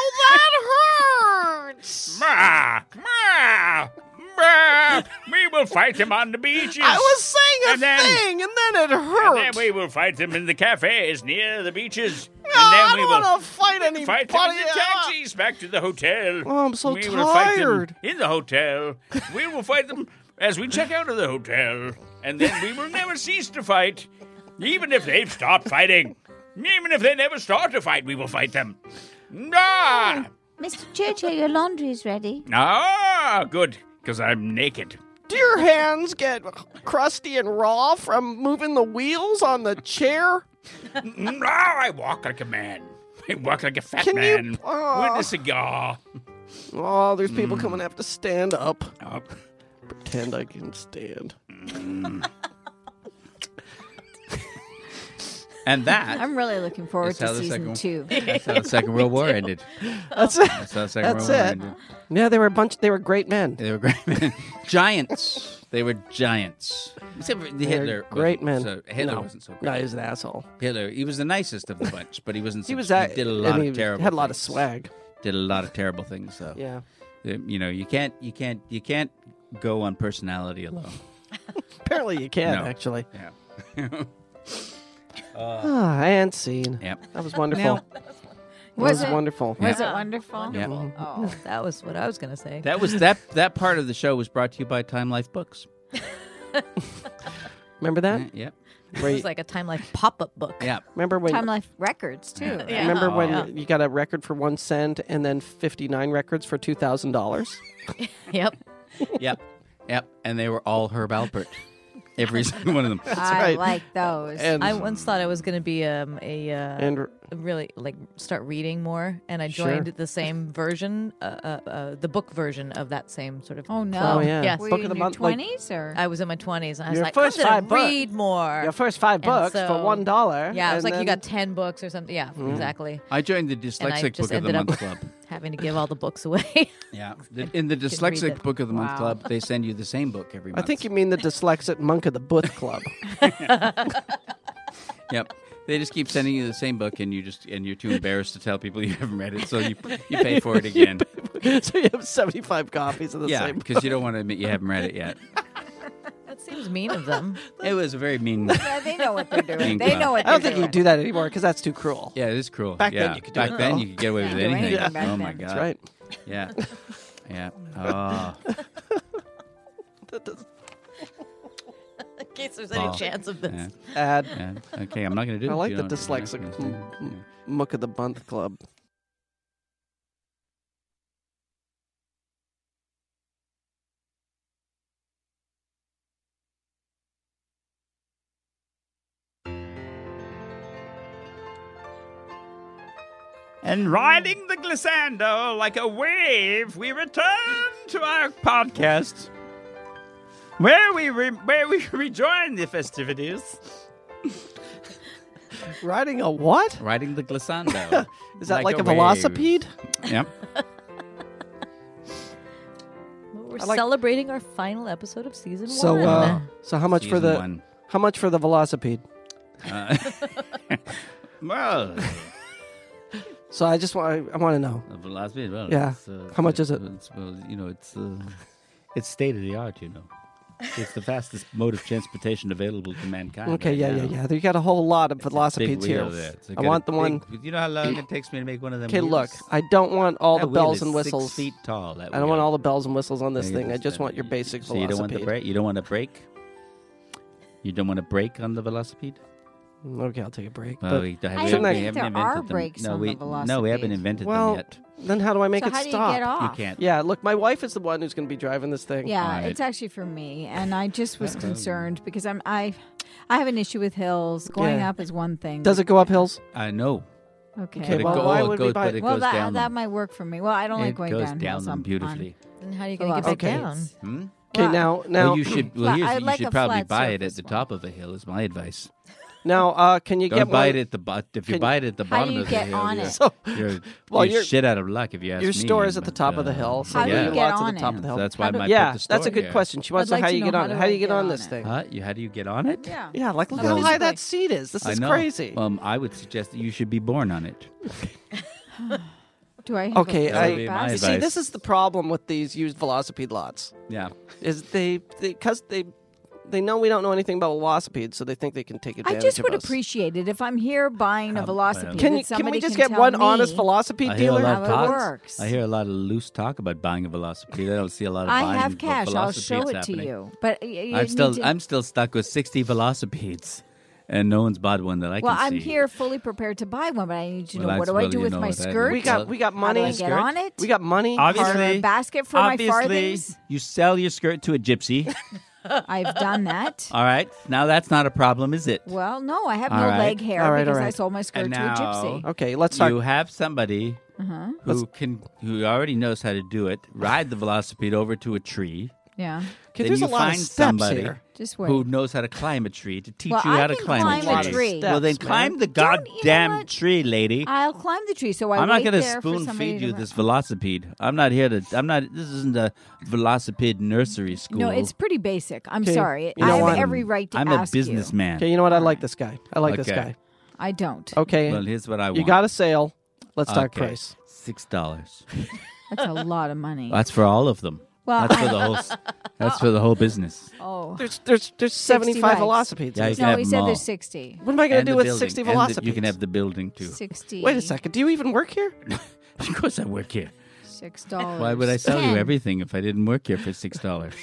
Ow! That hurts. Mah, mah, mah. We will fight them on the beaches. I was saying a And then- thing, and then it hurt. And then we will fight them in the cafes near the beaches. no, and then I we don't will want to fight anybody. fight them in the Ah. taxis back to the hotel. Oh, I'm so we Will fight tired. them in the hotel. we will fight them as we check out of the hotel. And then we will never cease to fight, even if they've stopped fighting. Even if they never start to fight, we will fight them. Oh. Ah, Mr. Churchill, your laundry is ready. ah good, because I'm naked. Do your hands get crusty and raw from moving the wheels on the chair? Ah, I walk like a man. I walk like a fat Can you- man Ah. with a cigar. Oh, there's people coming to have to stand up. Oh, Pretend I can stand. and that I'm really looking forward It's how to the season two. second- that's how the Second World War ended. That's it. That's how the Second World That's War it. ended. Yeah, they were a bunch. They were great men. They were great men. giants. They were giants. Except for the They were Hitler. great men. wasn't So, Hitler No. wasn't so great. No, he was an asshole. Hitler, he was the nicest of the bunch, but he wasn't. He so- was that. did a lot and he of terrible. Had a lot of things. swag. Did a lot of terrible things, though. Yeah. Uh, You know, you can't, you can't, you can't go on personality alone. Apparently, you can No. actually. Yeah. Uh, Ah, and scene. Yep. That was wonderful. Was that was it? wonderful. Was Yeah. it wonderful? Yeah. Oh, That was what I was going to say. That was that that part of the show was brought to you by Time Life Books. Remember that? Yeah, Yep. Where It you- was like a time life pop up book. Yeah. remember when? Time Life Records too. right? Yeah. Remember Oh, when Yeah. you got a record for one cent and then fifty nine records for two thousand dollars? Yep. Yep. Yep. And they were all Herb Alpert. Every single one of them. I right. like those. And I once thought I was going to be um, a uh, and really like start reading more, and I Sure. joined the same version, uh, uh, uh, the book version of that same sort of. oh no! oh yeah, yes. Were book you of the in your month. like, Twenties or I was in my twenties, and I was Your like, first I'm five going book- to read more. your first five And books for so- one dollar. Yeah, I was and like, you then- Mm. got ten books or something. Yeah, exactly. I joined the And I Dyslexic just Book of the ended up Month Club. having to give all the books away. Yeah. The- in the read Dyslexic it. Book of the Month Wow. Club, they send you the same book every I month. think you mean the dyslexic monk of the Booth Club. Yep. They just keep sending you the same book, and you just and you're too embarrassed to tell people you haven't read it, so you you pay for it again. so you have 75 copies of the yeah, same. because you don't want to admit you haven't read it yet. that seems mean of them. It was a very mean. Yeah, they know what they're doing. Mean They club. know what I don't they're think you doing. could do that anymore because that's too cruel. Yeah, it is cruel. Back then Yeah. you could do back it, then though. you could get away with Couldn't do anything. anything back Oh my then. god. That's right. Yeah. Yeah. Oh. In case there's any Oh. chance of this. Yeah. Add yeah. Okay, I'm not gonna do I it. like You the don't- you're not dyslexic mm, gonna do it. m- monk of the Booth Club. And riding the glissando like a wave, we return to our podcast, where we re- where we rejoin the festivities. Riding a what? Riding the glissando. Is that like, a, wave. velocipede? Yep. Well, We're I like- celebrating our final episode of season So one. uh, so how much for Season the one. how much for the velocipede? Uh, well, So I just want I, I want to know. the velocipede. Well, Yeah. it's, uh, How much is it? It's, well, you know, it's uh, it's state of the art. You know, it's the fastest mode of transportation available to mankind. Okay, right yeah, now. yeah, yeah. You got a whole lot of It's a big velocipedes here. wheel there. It's I got a want the one. big- You know how long it takes me to make one of them. Okay, wheels? look, I don't want all the That wheel bells is and whistles. Six feet tall. That I don't wheel. want all the bells and whistles on this Yeah, you thing. I just want your basic So you don't want the velocipede. break. You don't want a break. You don't want a break on the velocipede. Okay, I'll take a break. Well, but- we don't- I we don't haven't- we think haven't there invented are them. brakes no, on we, the No, we Velocipede. haven't invented well, them yet. then how do I make So it how do you stop? get off? You can't. Yeah, look, my wife is the one who's going to be driving this thing. Yeah, Alright. it's actually for me, and I just was concerned because I'm I, I have an issue with hills. Going Yeah. up is one thing. Does it go up hills? I know. Okay. Okay, but well, it, go, why oh, would it we goes, buy- but it well, goes that down. that might work for me. Well, I don't like it going goes down, hills. them I'm- beautifully. then how are you going to get back Okay. down? Hmm? Okay, Well, now, now, well, you should. Well, Flat- here's, I you like a should probably flat buy it at surface the one. top of a hill. Is my advice. now, uh, can you Don't get buy one- it at the bottom. If you Can- buy it at the How do bottom you of get the hill, on you're, it? So, you're, well, you're your- shit out of luck if you ask your me. store is at the but, top of the uh, hill, so How do there you are get lots on at the top it? of the So hill. that's why How do- my yeah, put the store that's a good here. question. She wants I'd to know like how to you know get how on it. do How I do you get get on on this it? thing? Huh? You, how do you get on it? Yeah. Yeah, like look Well, how high physically. that seat is. This I is know. crazy. Um, I would suggest that you should be born on it. Do I? Have Okay, a I- That big would be bus? my you advice. see, this is the problem with these used velocipede lots. Yeah. Is they because they, they know we don't know anything about velocipedes, so they think they can take I advantage. just of would us. appreciate it if I'm here buying a Um, velocipede. Can that you, can we somebody just can get tell one honest me- velocipede I hear a dealer? lot of How it talk. works. I hear a lot of loose talk about buying a velocipede. I don't see a lot of I buying have of cash. I'll velocipedes show it happening. to you. But y- you I'm need still to- I'm still stuck with 60 velocipedes, and no one's bought one that I well, can I'm see. here fully prepared to buy one, but I need to Well, know what that's do I really do with annoying. my That is- skirt? We got we got money. How do I get on it? We got money. Or a basket for my obviously, farthings. you sell your skirt to a gypsy. I've done that. All right, now that's not a problem, is it? Well, no, I have All no right. leg hair All right, all because I right. sold my skirt And to a gypsy. now- Okay, let's talk. You have somebody Uh-huh. who can who already knows how to do it. Ride the velocipede over to a tree. Yeah, Okay, then there's you a lot of find steps somebody here. just wait. who knows how to climb a tree to teach Well, you I how to can climb, climb a tree. well, then Steps, climb man. the Don't- you know goddamn what? tree, lady. I'll climb the tree, so I I'm not going gonna to spoon feed you to- this velocipede. I'm not here to. I'm not. This isn't a velocipede nursery school. No, it's pretty basic. I'm Okay, sorry. you I know have what? every right to I'm a ask businessman. Okay, you know what? I like this guy. I like this Okay. guy. you. I don't. Oh. Okay, Well, here's what I want. you got a sale. Let's talk Okay. price. Six dollars. That's a lot of money. That's for all of them. Well, That's for I- the whole. s- That's for the whole business. oh There's there's there's 75 bikes. velocipedes. in Yeah, this. you can no, have he them said all. there's sixty. What am I going And the to do with building. 60 And the- velocipedes? you can have the building too. Sixty. Wait a second. Do you even work here? Of course, I work here. Six dollars. Why would I sell you Ten. everything if I didn't work here for six dollars?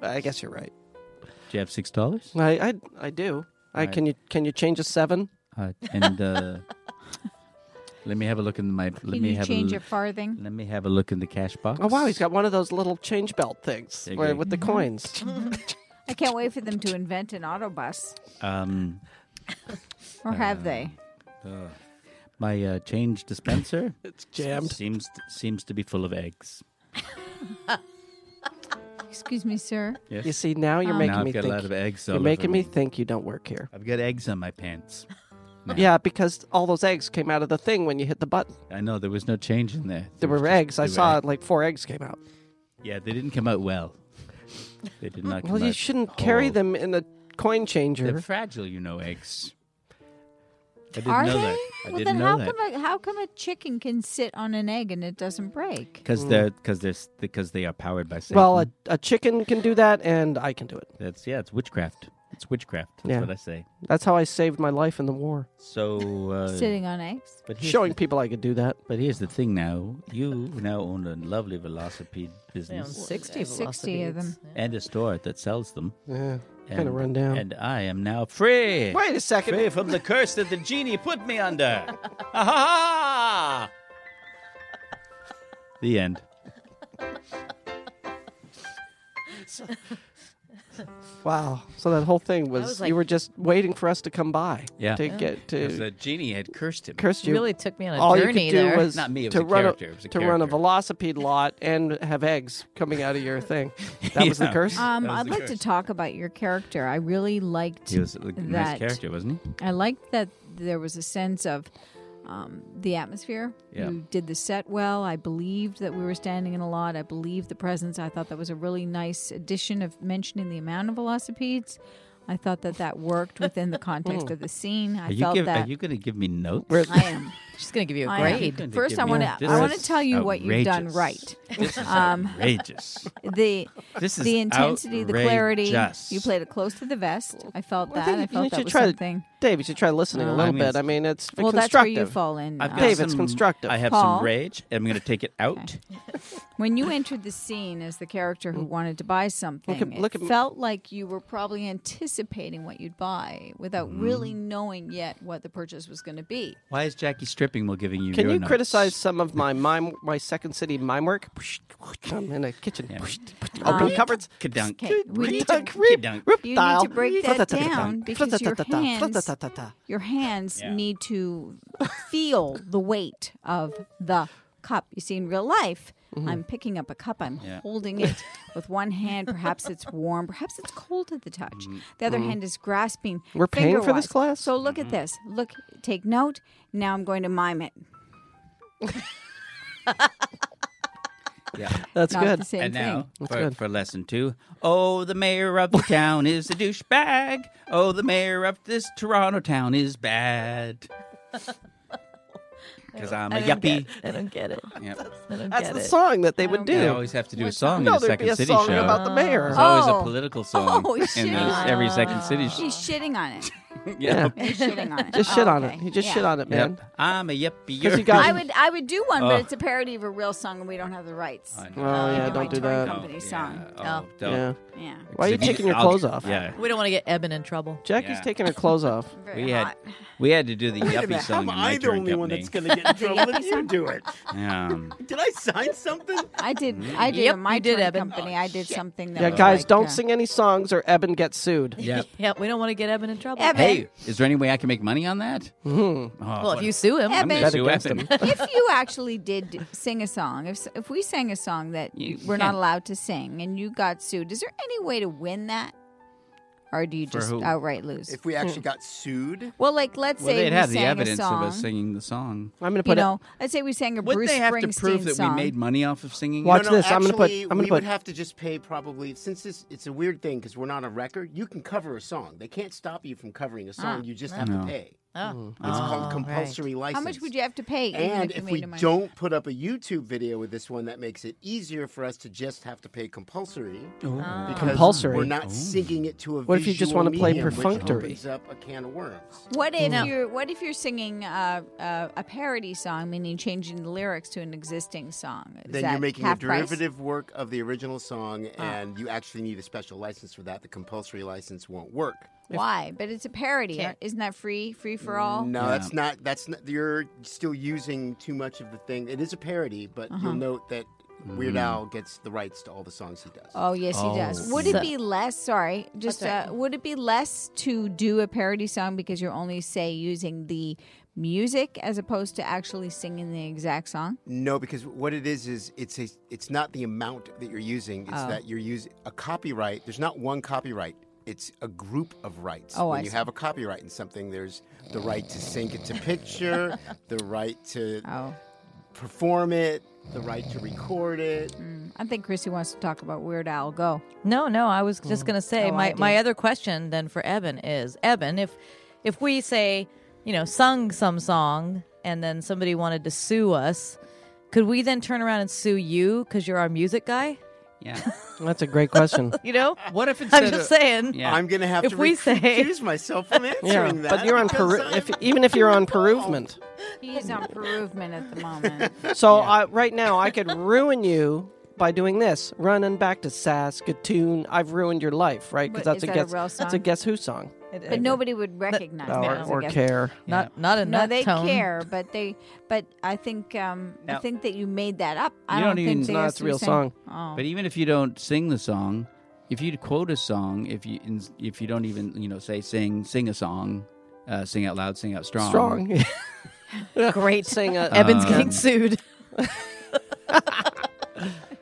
I guess you're right. Do you have six dollars? I I, I do. I, Right. Can you can you change a seven? Uh, and uh, let me have a look in my. Let Can me you have change a, a farthing? Let me have a look in the cash box. Oh wow, he's got one of those little change belt things There you where, go. with the coins. I can't wait for them to invent an autobus. Um, Or have they? Uh, my uh, change dispenser it's jammed. seems t- seems to be full of eggs. Excuse me, sir. Yes. You see, now you're making now I've me got think. a lot of eggs. all you're over making me think you don't work here. I've got eggs on my pants. Yeah, because all those eggs came out of the thing when you hit the button. I know there was no change in there. There It was were just- eggs. I they were saw egg- like four eggs came out. Yeah, they didn't come out well. They did not. Well, come you out shouldn't carry whole. them in a coin They're changer. fragile, you know, eggs. I didn't Are know they? that. I well, didn't then know how that come a, how come a chicken can sit on an egg and it doesn't break? because they're because they're because they are powered by Satan. Well, a, a chicken can do that, and I can do it. that's yeah, it's witchcraft. It's witchcraft. That's Yeah. what I say. That's how I saved my life in the war, So uh, Sitting on eggs? but here's showing the- people I could do that. But here's the thing now. You now own a lovely velocipede They own business 60 60 of velocipedes. and a store that sells them. Yeah, kind and- of run down. And I am now free. Wait a second. Free from the curse that the genie put me under. Ah, ha, ha. The end. Wow. So that whole thing was, was you like- were just waiting for us to come by. Yeah. To Yeah. get Because to the genie had cursed him. curse you. Really took me on a all you could journey do there. was Not me, it to was the run a, character, it was the to run a character. velocipede lot and have eggs coming out of your thing. That was the Yeah. Ah, curse. Um, That was I'd the like to talk about your character. I really liked. He was a nice that- character, wasn't he? I liked that there was a sense of um, the atmosphere. Yeah. You did the set well. I believed that we were standing in a lot. I believed the presence. I thought that was a really nice addition of mentioning the amount of velocipedes. I thought that that worked within the context of the scene. I Are you, felt give, that. are you going to give me notes? I am. She's going to give you a I am. grade. Gonna First, give I me- want to. This I want to is tell you what you've done outrageous. right. This is Um, outrageous. The This is the intensity, the clarity. outrageous. You played it close to the vest. I felt Well, I that. think I you felt that should was try to- something. Dave, you should try listening No, a I little mean, bit. I mean, it's Well, that's where constructive. you fall in. I've uh, got Dave, it's some- constructive. I have Paul? some rage, and I'm going to take it out. When you entered the scene as the character who wanted to buy something, at- look it at- felt like you were probably anticipating what you'd buy without really Mm. knowing yet what the purchase was going to be. Why is Jackie stripping while giving you Can your you notes? criticize some of my mime, my second city mime work? I'm in a kitchen. Open cupboards. Kadunk. Okay, we Uh, need to, Dunk, reap, Dunk. reep You need dial. to break that Fla-ta-ta-ta-ta. down because your Fla-ta-ta-ta-ta. hands- Fla-ta-ta-ta-ta. your hands need to feel the weight of the cup. You see, in real life, Mm-hmm. I'm picking up a cup, I'm holding it with one hand. Perhaps it's warm, perhaps it's cold at the touch. The other hand is grasping. Mm-hmm. We're paying for this finger-wise. class? So look at this. Look, take note. Now I'm going to mime it. Yeah. That's Not good. the same and now thing. for, for lesson two. Oh, the mayor of the town is a douchebag. Oh, the mayor of this Toronto town is bad. Because I'm a I don't yuppie. get- I don't get it. Yep. I don't That's get the it. song that they would They do. always have to do a song No, in a there'd Second be a City song show. about the mayor. There's always Oh. a political song Oh, shit. in this, every Second City He's show. shitting on it. Yeah. He's shitting on it. Just shit Oh, on okay. it. You just Yeah. shit on it, man. Yep. I'm a yuppie. 'Cause You're you got- I would I would do one, Ugh. but it's a parody of a real song, and we don't have the rights. I know. Oh yeah, my don't do touring that. company song. Oh, don't. Yeah. Yeah, Why are you If taking your I'll- clothes off? Yeah. We don't want to get Eben in trouble. Jackie's Yeah. taking her clothes off. very We hot. had we had to do the Wait a yuppie minute, song. am in I my the only touring one company. that's going to get in trouble if you do it? Um, Did I sign something? I did. Mm. I did. Yep, in my you did, touring Eben. company. I did something. That Yeah, was guys, like, don't uh, sing any songs or Eben gets sued. yeah. Yeah, we don't want to get Eben in trouble. Eben. Hey, is there any way I can make money on that? Mm-hmm. Well, if you sue him, I'm gonna Bet sue against Evan. if you actually did sing a song, if if we sang a song that You- you, you we're not can't. allowed to sing and you got sued, is there any way to win that, or do you For just who? outright lose? If we actually got sued, well, like let's Well, say they'd we have the sang evidence a song. of us singing the song. I'm gonna You put it. know, let's say we sang a Would Bruce they have Springsteen to prove that song. we made money off of singing? Watch no, no, this. I'm gonna put. actually, I'm gonna we put. would have to just pay probably since this it's a weird thing because we're not a record. You can cover a song; they can't stop you from covering a Ah, song. you just have No. to pay. Oh. It's called compulsory license. How much would you have to pay? even And you if made we no money? don't put up a YouTube video with this one, that makes it easier for us to just have to pay compulsory. Oh. Because Compulsory? Oh. We're not syncing it to a. What if you just want wanna to play perfunctory? Which opens up a can of worms. What if you're What if you're singing uh, uh, a parody song, meaning changing the lyrics to an existing song? Is Then that you're making a half price? Ah. derivative work of the original song, and you actually need a special license for that. The compulsory license won't work. Why? But it's a parody. Can't- Isn't that free? Free for all? No, that's not. That's not. You're still using too much of the thing. It is a parody, but Uh-huh. you'll note that Mm. Weird Al gets the rights to all the songs he does. Oh yes, he does. Oh. Would So- it be less? Sorry, just That's uh, would it be less to do a parody song because you're only say using the music as opposed to actually singing the exact song? No, because what it is is it's a, it's not the amount that you're using. It's that you're using a copyright. There's not one copyright. it's a group of rights. Oh, when I you see. have a copyright in something, there's the right to sync it to picture, the right to Oh, perform it, the right to record it. I think Chrissy wants to talk about Weird Al. Go. No, no, I was just going to say Oh, I my, do. my other question then for Eben is Eben, if if we say, you know, sung some song and then somebody wanted to sue us, could we then turn around and sue you because you're our music guy? Yeah. That's a great question. You know? What if I'm instead just of- saying. Yeah. I'm gonna have If to we say- recuse myself from yeah, answering that. but you're on because peru- I'm- if, even if you're on peruvement. He's on improvement at the moment. So I, right now, I could ruin you by doing this, running back to Saskatoon. I've ruined your life, right? Because But that's is a that a guess. real That's a song? guess who song, It- But it- nobody would recognize or, that. as a or guest. care. Not not in No, that they tone. care, but they, but I think, um, I No. think that you made that up. I You don't, don't think even- they No, asked it's a you real to song. sing. Oh, But even if you don't sing the song, if you quote a song, if you if you don't even you know say sing sing a song, uh, sing out loud, sing out strong. Strong. Great. Sing a, uh, Eben's Um, getting sued.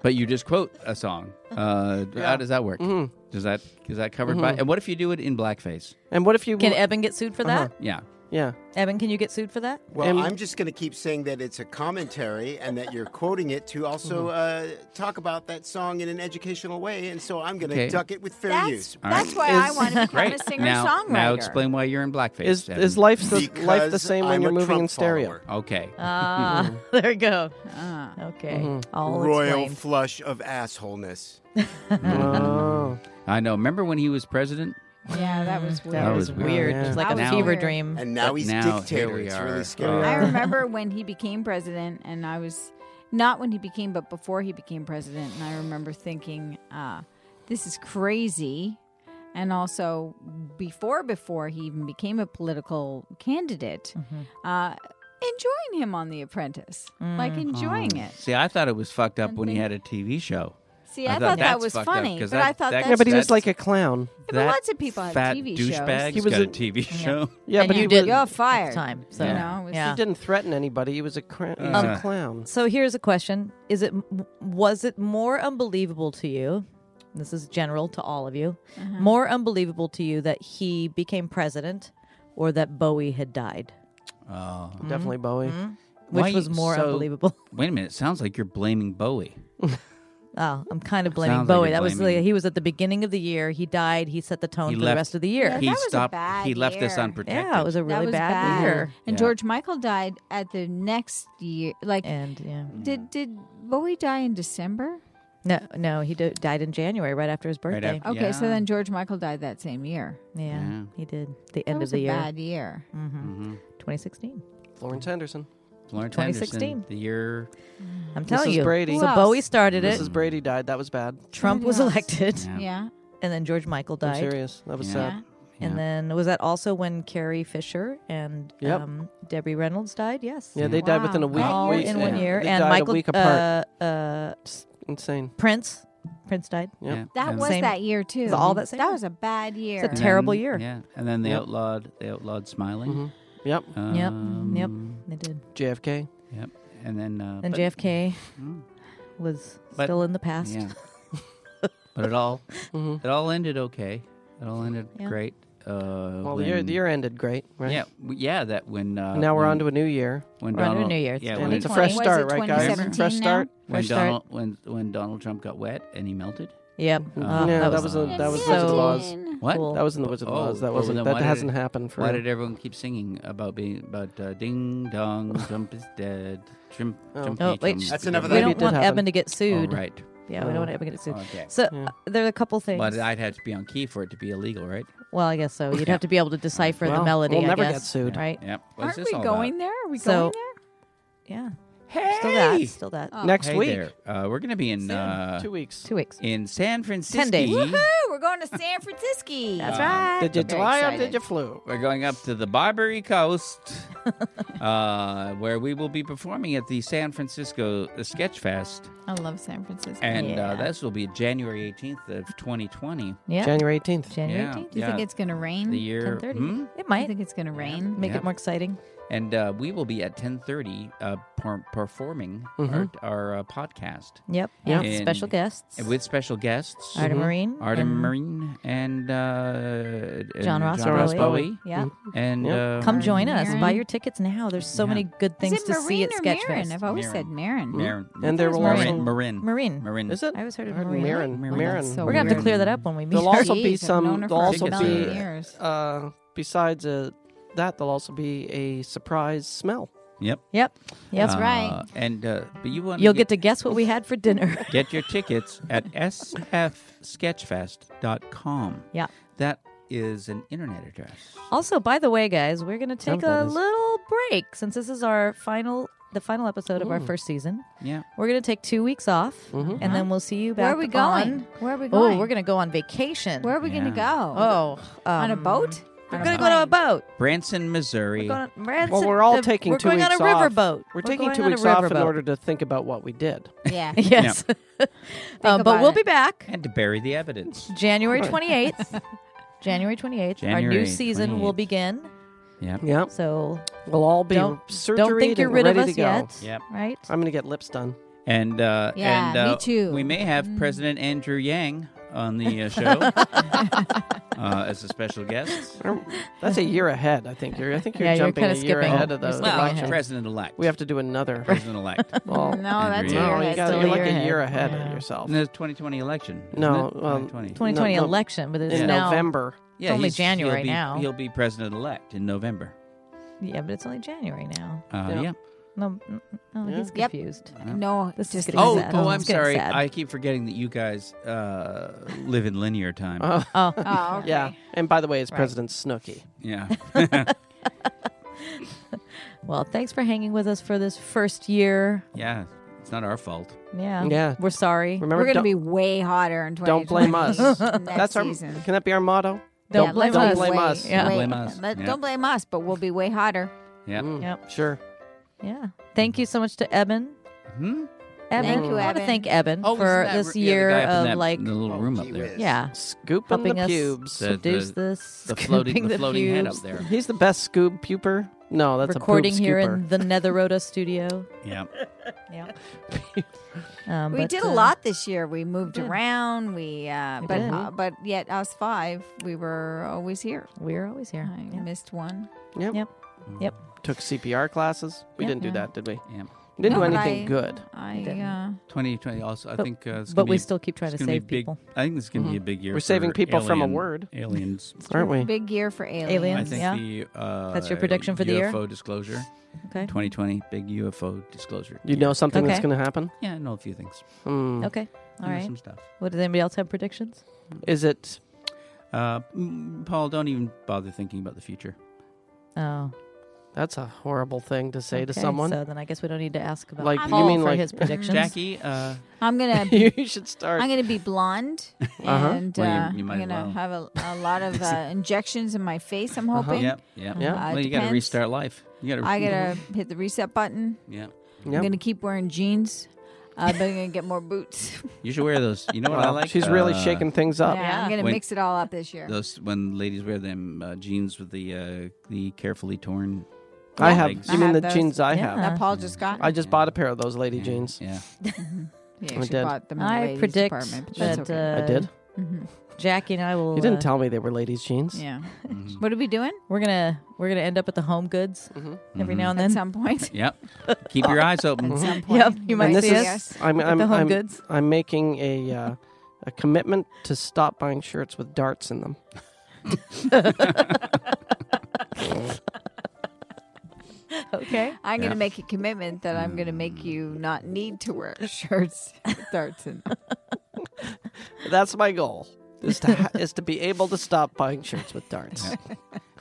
But you just quote a song. Uh, How does that work? Mm-hmm. Does that is that covered by? And what if you do it in blackface? and what if you? Can Eben get sued for that? Yeah. yeah. Eben, can you get sued for that? well, and- I'm just gonna keep saying that it's a commentary and that you're quoting it to also uh, talk about that song in an educational way, and so I'm gonna Okay. duck it with fair that's use. All that's right. why I Is- want to become a Great. singer Now, songwriter. now explain why you're in blackface. Is Evan. is life the life the Because same I'm when a you're moving Trump in stereo? follower. okay? Ah, there you go. Ah. Okay. Mm-hmm. Oh, All Royal explained. flush of assholeness. Oh, I know. Remember when he was president? yeah, that was weird. That was weird. weird. Yeah. It was like a That was fever weird. dream. And now Mm-hmm. But he's now, here dictator. we it's are. Uh, really scary. I Uh, remember when he became president, and I was not when he became, but before he became president, and I remember thinking, uh, "This is crazy." And also, before before he even became a political candidate, Mm-hmm. uh, enjoying him on The Apprentice, like Mm. enjoying Oh. it. See, I thought it was fucked up when he had a TV show. See, I I, thought, thought that that's was fucked up, funny, 'cause but that- I that- thought that's yeah, but he was just, That's- like a clown. but lots of people have fat TV shows. douchebag's He was got a, a- TV show. Yeah, And but you he did- was, you're fired. time, so- you Yeah. know, it was- Yeah. he didn't threaten anybody. He was a cra- he was a clown. So here's a question: Is it was it more unbelievable to you? This is general to all of you. More unbelievable to you that he became president, or that Bowie had died? Oh. Definitely Bowie. Which Why was you- more so- unbelievable? Wait a minute. It sounds like you're blaming Bowie. Oh, I'm kind of blaming Sounds like Bowie. you're that was blaming- the, he was at the beginning of the year. He died. He set the tone He for left- the rest of the year. Yeah, he that was a stopped. bad he left us year. Yeah, unprotected. it was a that really was bad, bad. year. And Yeah. George Michael died at the next year. Like, And yeah, did did Bowie die in December? no, no, he d- died in January, right after his Right birthday. after- Okay, so Yeah. then George Michael died that same year. yeah, Yeah. he did. The that end was of the a year, bad year. 2016. Florence Henderson. Florence 2016. Henderson, the year. I'm telling Mrs. you. Brady. So Who else? Bowie started it. Mrs. Brady died. That was bad. Trump was else? elected, Yeah. Yeah. and then George Michael I'm died. serious. That was Yeah. sad. And Yeah. then was that also when Carrie Fisher and Yep. um, Debbie Reynolds died? Yes. Yeah, they died within a Wow. week. All Wait, in yeah. one year. They and died Michael a week apart. Uh, uh, It's insane. Prince. Prince died. Yep. Yeah. That And was Same- that year too. was all that same That year. was a bad year. It's a then- terrible year. Yeah. And then they Yep. outlawed. They outlawed smiling. Mm-hmm. Yep. Yep. yep. Um, They did. JFK. Yep. And then. Uh, but- And Hmm. JFK was But- still in the past. Yeah. but it all. Mm-hmm. It all ended okay. It all ended Yeah. great. Uh, Well, the when, year, the year ended great, right? Yeah. w- Yeah. That when. Uh, Now we're when- on to a new year. when We're on to Donald, New Year's. Yeah. And When, And it's a it- 20 fresh was it start, right, guys? 2017 Fresh now? start. when fresh start. Donald when when Donald Trump got wet and he melted. Yep. Mm-hmm. Uh, yeah, that that was was a, that was so Wizard of Oz. What? Cool. That was in the Wizard of Oh, Oz. That well, wasn't. then That why did hasn't it- happened for. Why did everyone keep singing about being about uh, ding dong, Trump is dead, Trump, Trumpy Oh, wait, Trump- sh- That's enough of we that. Maybe it don't did want happen. Eben to get Oh, sued. right. Yeah, we don't want Eben to get sued. Okay. So uh, there are a couple things. But I'd have to be on key for it to be illegal, right? Well, I guess so. You'd have to be able to decipher Well, the melody. we'll I never guess, get sued. right? Yep. What's Aren't this we all going about? there? Are we So- going there? Yeah. Hey! Still that. Still that. next Hey week? there. Uh, we're going to be in uh, Two weeks. Two weeks. in San Francisco. days. Woo, we're going to San Francisco. That's right. Did you very fly or excited. did you flew? We're going up to the Barbary Coast, uh, where we will be performing at the San Francisco uh, Sketch Fest, I love San Francisco. and Yeah. uh, this will be January 18th of 2020. Yeah. January 18th. January Yeah. 18th. Do you think it's going to rain? The year. 10:30. Hmm? It I might think it's going to rain. make Yeah. it more exciting. and uh, we will be at ten thirty uh, per- performing Mm-hmm. our, our uh, podcast Yep. Yeah. And- Special guests. and with special guests. Arda Marine. Artem and Marine and, uh, and John Ross John Ross Bowie. Bowie. Yeah. And Yep. uh, Come join us. Marin. Buy your tickets now. There's so Yeah. many good things Is it to see at Marine or Marin? I've Sketchfest. always Marin. said Marin. Marin. And there will also Marin. Marin. Marin. Marin. Is it? I always heard of I heard Marin. Marin. Marin. Marin. That's so We're gonna have to Marin. clear that up when we meet. There'll her. also be Jeez, I've known some. her There'll for also nine be years. uh, besides uh, that. There'll also be a surprise smell. Yep. Yep. Yep. Uh, And uh, but you want You'll get to guess what we had for dinner. get your tickets at sfsketchfest.com. Yeah. That is an internet address. Also, by the way, guys, we're going to take Sounds like a this. little break since this is our final, the final episode of our first season. Yeah. We're going to take two weeks off, Mm-hmm. and then we'll see you back. Where are we going? on- Where are we going? Oh, we're going to go on vacation. Where are we going to Yeah. go? Oh, on a um, boat? We're On going to go to a plane? boat. Branson, Missouri. Going on- Brad's- Well, we're all the- taking we're two going weeks on a off. riverboat. We're, taking going two on a weeks off in riverboat. order to think about what we did. Yeah. Yes. um, but about we'll it. be back. and to bury the evidence. January 28th. January 28th. our new January season will 28th. begin. Yep. Yeah, So we'll all be don't, surgery don't think you're and rid of ready to go. us Uh, yet. Yep. Right? I'm gonna get lips done. And uh, Yeah, and, uh, me too. We may Mm-hmm. have President Andrew Yang on the uh, show uh, as a special guest. That's a year ahead. I think you're. I think you're Yeah, you're jumping kinda a year skipping. ahead of You're the skipping election. ahead. President elect. We have to do another. President elect. Well, No, that's Andrea. your no, you got. still You're a like year a year ahead. ahead Yeah. of yourself. In the 2020 election. isn't No, it? um, well, 2020. 2020 No, no. election, but it's in now November. yeah, only he's- January he'll be, now. He'll be president elect in November. Yeah, but it's only January now. Uh, Yeah. yeah. No, n- no, he's Yep. confused. No, This is just getting Oh, sad. oh, It's I'm getting sorry. sad. I keep forgetting that you guys uh, live in linear time. Oh, Oh, okay. Yeah, and by the way, it's President Snooky. Yeah. well, thanks for hanging with us for this first year. yeah. It's not our fault. Yeah, Yeah. we're sorry. Remember, We're going to don't, be way hotter in 2020. don't blame us. next That's our. season. Can that be our motto? Don't Yeah, blame let's us. be Don't blame way- us. Yeah. way- Blame us. let- Yeah. Don't blame us, but we'll be way hotter. Yeah. Mm, Yep. Sure. Yeah. Thank you so much to Eben. Hmm? Eben. Thank you, I want to Eben. thank Eben Oh, for isn't that this r- yeah, the year guy up in of that- uh, like, the little Oh, room up gee there. whiz. yeah, Scooping helping the us pubes. The- produce the- this, The floating, scooping the floating head up pubes, there. He's the best scoob puper. No, that's recording a poop here scooper. in the Netherota studio. Yeah. Yeah. um, We but, did a uh, lot this year. We moved did. around. We, uh, We but did. uh, but yet us five, we were always here. We're always here. I Yeah. missed one. Yep. Yep. Yep. Took CPR classes. We Yep. didn't do Yeah. that, did we? Yeah. We didn't No, do but anything I- good. I didn't. uh, 2020 also, I But- think. Uh, it's but gonna we be- still keep trying it's to gonna be save big- people. Mm-hmm. I think this is going to be a big year. We're saving for people from a alien- word. Aliens. Aren't we? big year for aliens. I Aliens. think Yeah. the uh, That's your prediction for the year? UFO disclosure. Okay. 2020 big UFO disclosure. You know something that's Okay. going to happen? Yeah, I know a few things. Hmm. Okay. All I know right. Some stuff. What does anybody else have predictions? Is it? Uh, mm, Paul, don't even bother thinking about the future. Oh, That's a horrible thing to say to okay, someone. So then I guess we don't need to ask about Like, Paul you mean for like- his predictions. Jackie, uh, I'm gonna you should start. I'm gonna be blonde, Uh-huh. and Well, you- uh, you might I'm gonna well. have a, a lot of uh, injections in my face. I'm Uh-huh. hoping. yep, yep. Yeah. Uh, well, you got to depends. restart life. You got to. I gotta hit the reset button. Yeah. Yep. I'm gonna keep wearing jeans. Uh, but I'm gonna get more boots. You should wear those. You know what I Wow, like? She's really Uh, shaking things up. yeah, Yeah. I'm gonna Wait. mix it all up this year. Those when ladies wear them uh, jeans with the uh, the carefully torn. I have. legs. You I mean have the those. jeans I Yeah. have? that Paul just got. I just bought a pair of those lady jeans. Yeah. He I actually did. bought them in the I ladies' predict department, but that's that okay. Mm-hmm. uh, I did. Jackie and I will. You didn't uh, tell me they were ladies' jeans. Yeah. Mm-hmm, What are we doing We're gonna we're gonna end up at the Home Goods every Mm-hmm. now and at then. some point? Yep. mm-hmm. Keep your eyes open. At some point. Yep, you might And this see is. us. I'm. I'm. the Home I'm, Goods. I'm making a. Uh, a commitment to stop buying shirts with darts in them. Okay. I'm going Yeah. Mm. to make a commitment that I'm going to make you not need to wear shirts with darts in them. That's my goal. Is to ha- is to be able to stop buying shirts with darts.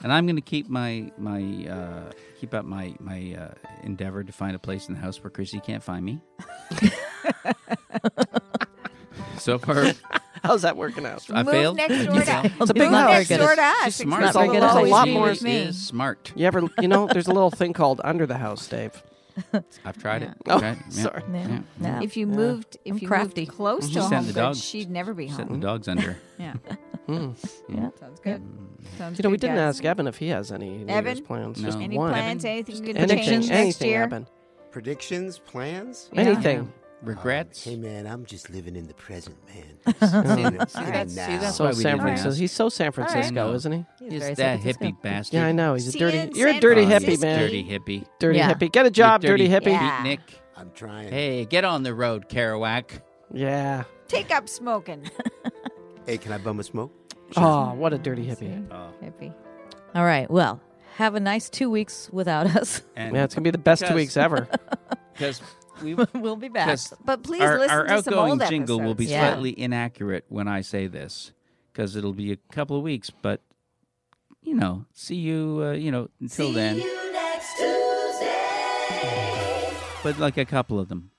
And I'm going to keep my my uh, keep up my my uh, endeavor to find a place in the house where Chrissy can't find me. so far, How's that working out? I Move failed. next door to us. It's a big Move house. next door to us. She's smart. It's a Exactly. little- That's it's a always lot been more- with me. Is smart. You ever, you know, there's a little thing called under the house, Dave. I've tried it. Oh, Tried it. Yeah. sorry. Yeah. Yeah. Yeah. If you moved, if I'm you crafty. moved close to She a sent home the good, dogs. she'd never be Setting the Oh, home. dogs under. Yeah. Yeah. Mm. Sounds good. Sounds Hmm. You know, we good, didn't guys. ask Evan if he has any New Year's Evan? plans. No. Just Any one. plans? Anything you can anything, change next anything, year? Evan. Predictions, plans. Yeah. Anything. Regrets. Hey man, I'm just living in the present, man. Just living that's- see, now. that's- So why we San didn't ask. Francisco. He's so San right. Francisco, No. isn't he? He's very Is that San Francisco. hippie bastard? Yeah, I know. He's a See you in dirty. You're a San dirty Oh, hippie, he's man. Dirty hippie. Dirty Yeah. hippie. Get a job, You dirty, hippie. Yeah. Nick. I'm trying. Hey. Hey, get on the road, Kerouac. Yeah. Take up smoking. can I bum a smoke? Oh, what a dirty hippie. Hippie. All right. Well, have a nice two weeks without us. And Yeah, it's gonna be the best two Because- weeks ever. because we we'll be back. Because But please our, listen our to some outgoing old jingle will be episodes. Yeah. slightly inaccurate when I say this because it'll be a couple of weeks, but you know, see you, uh, you know, until then. But like a couple of them.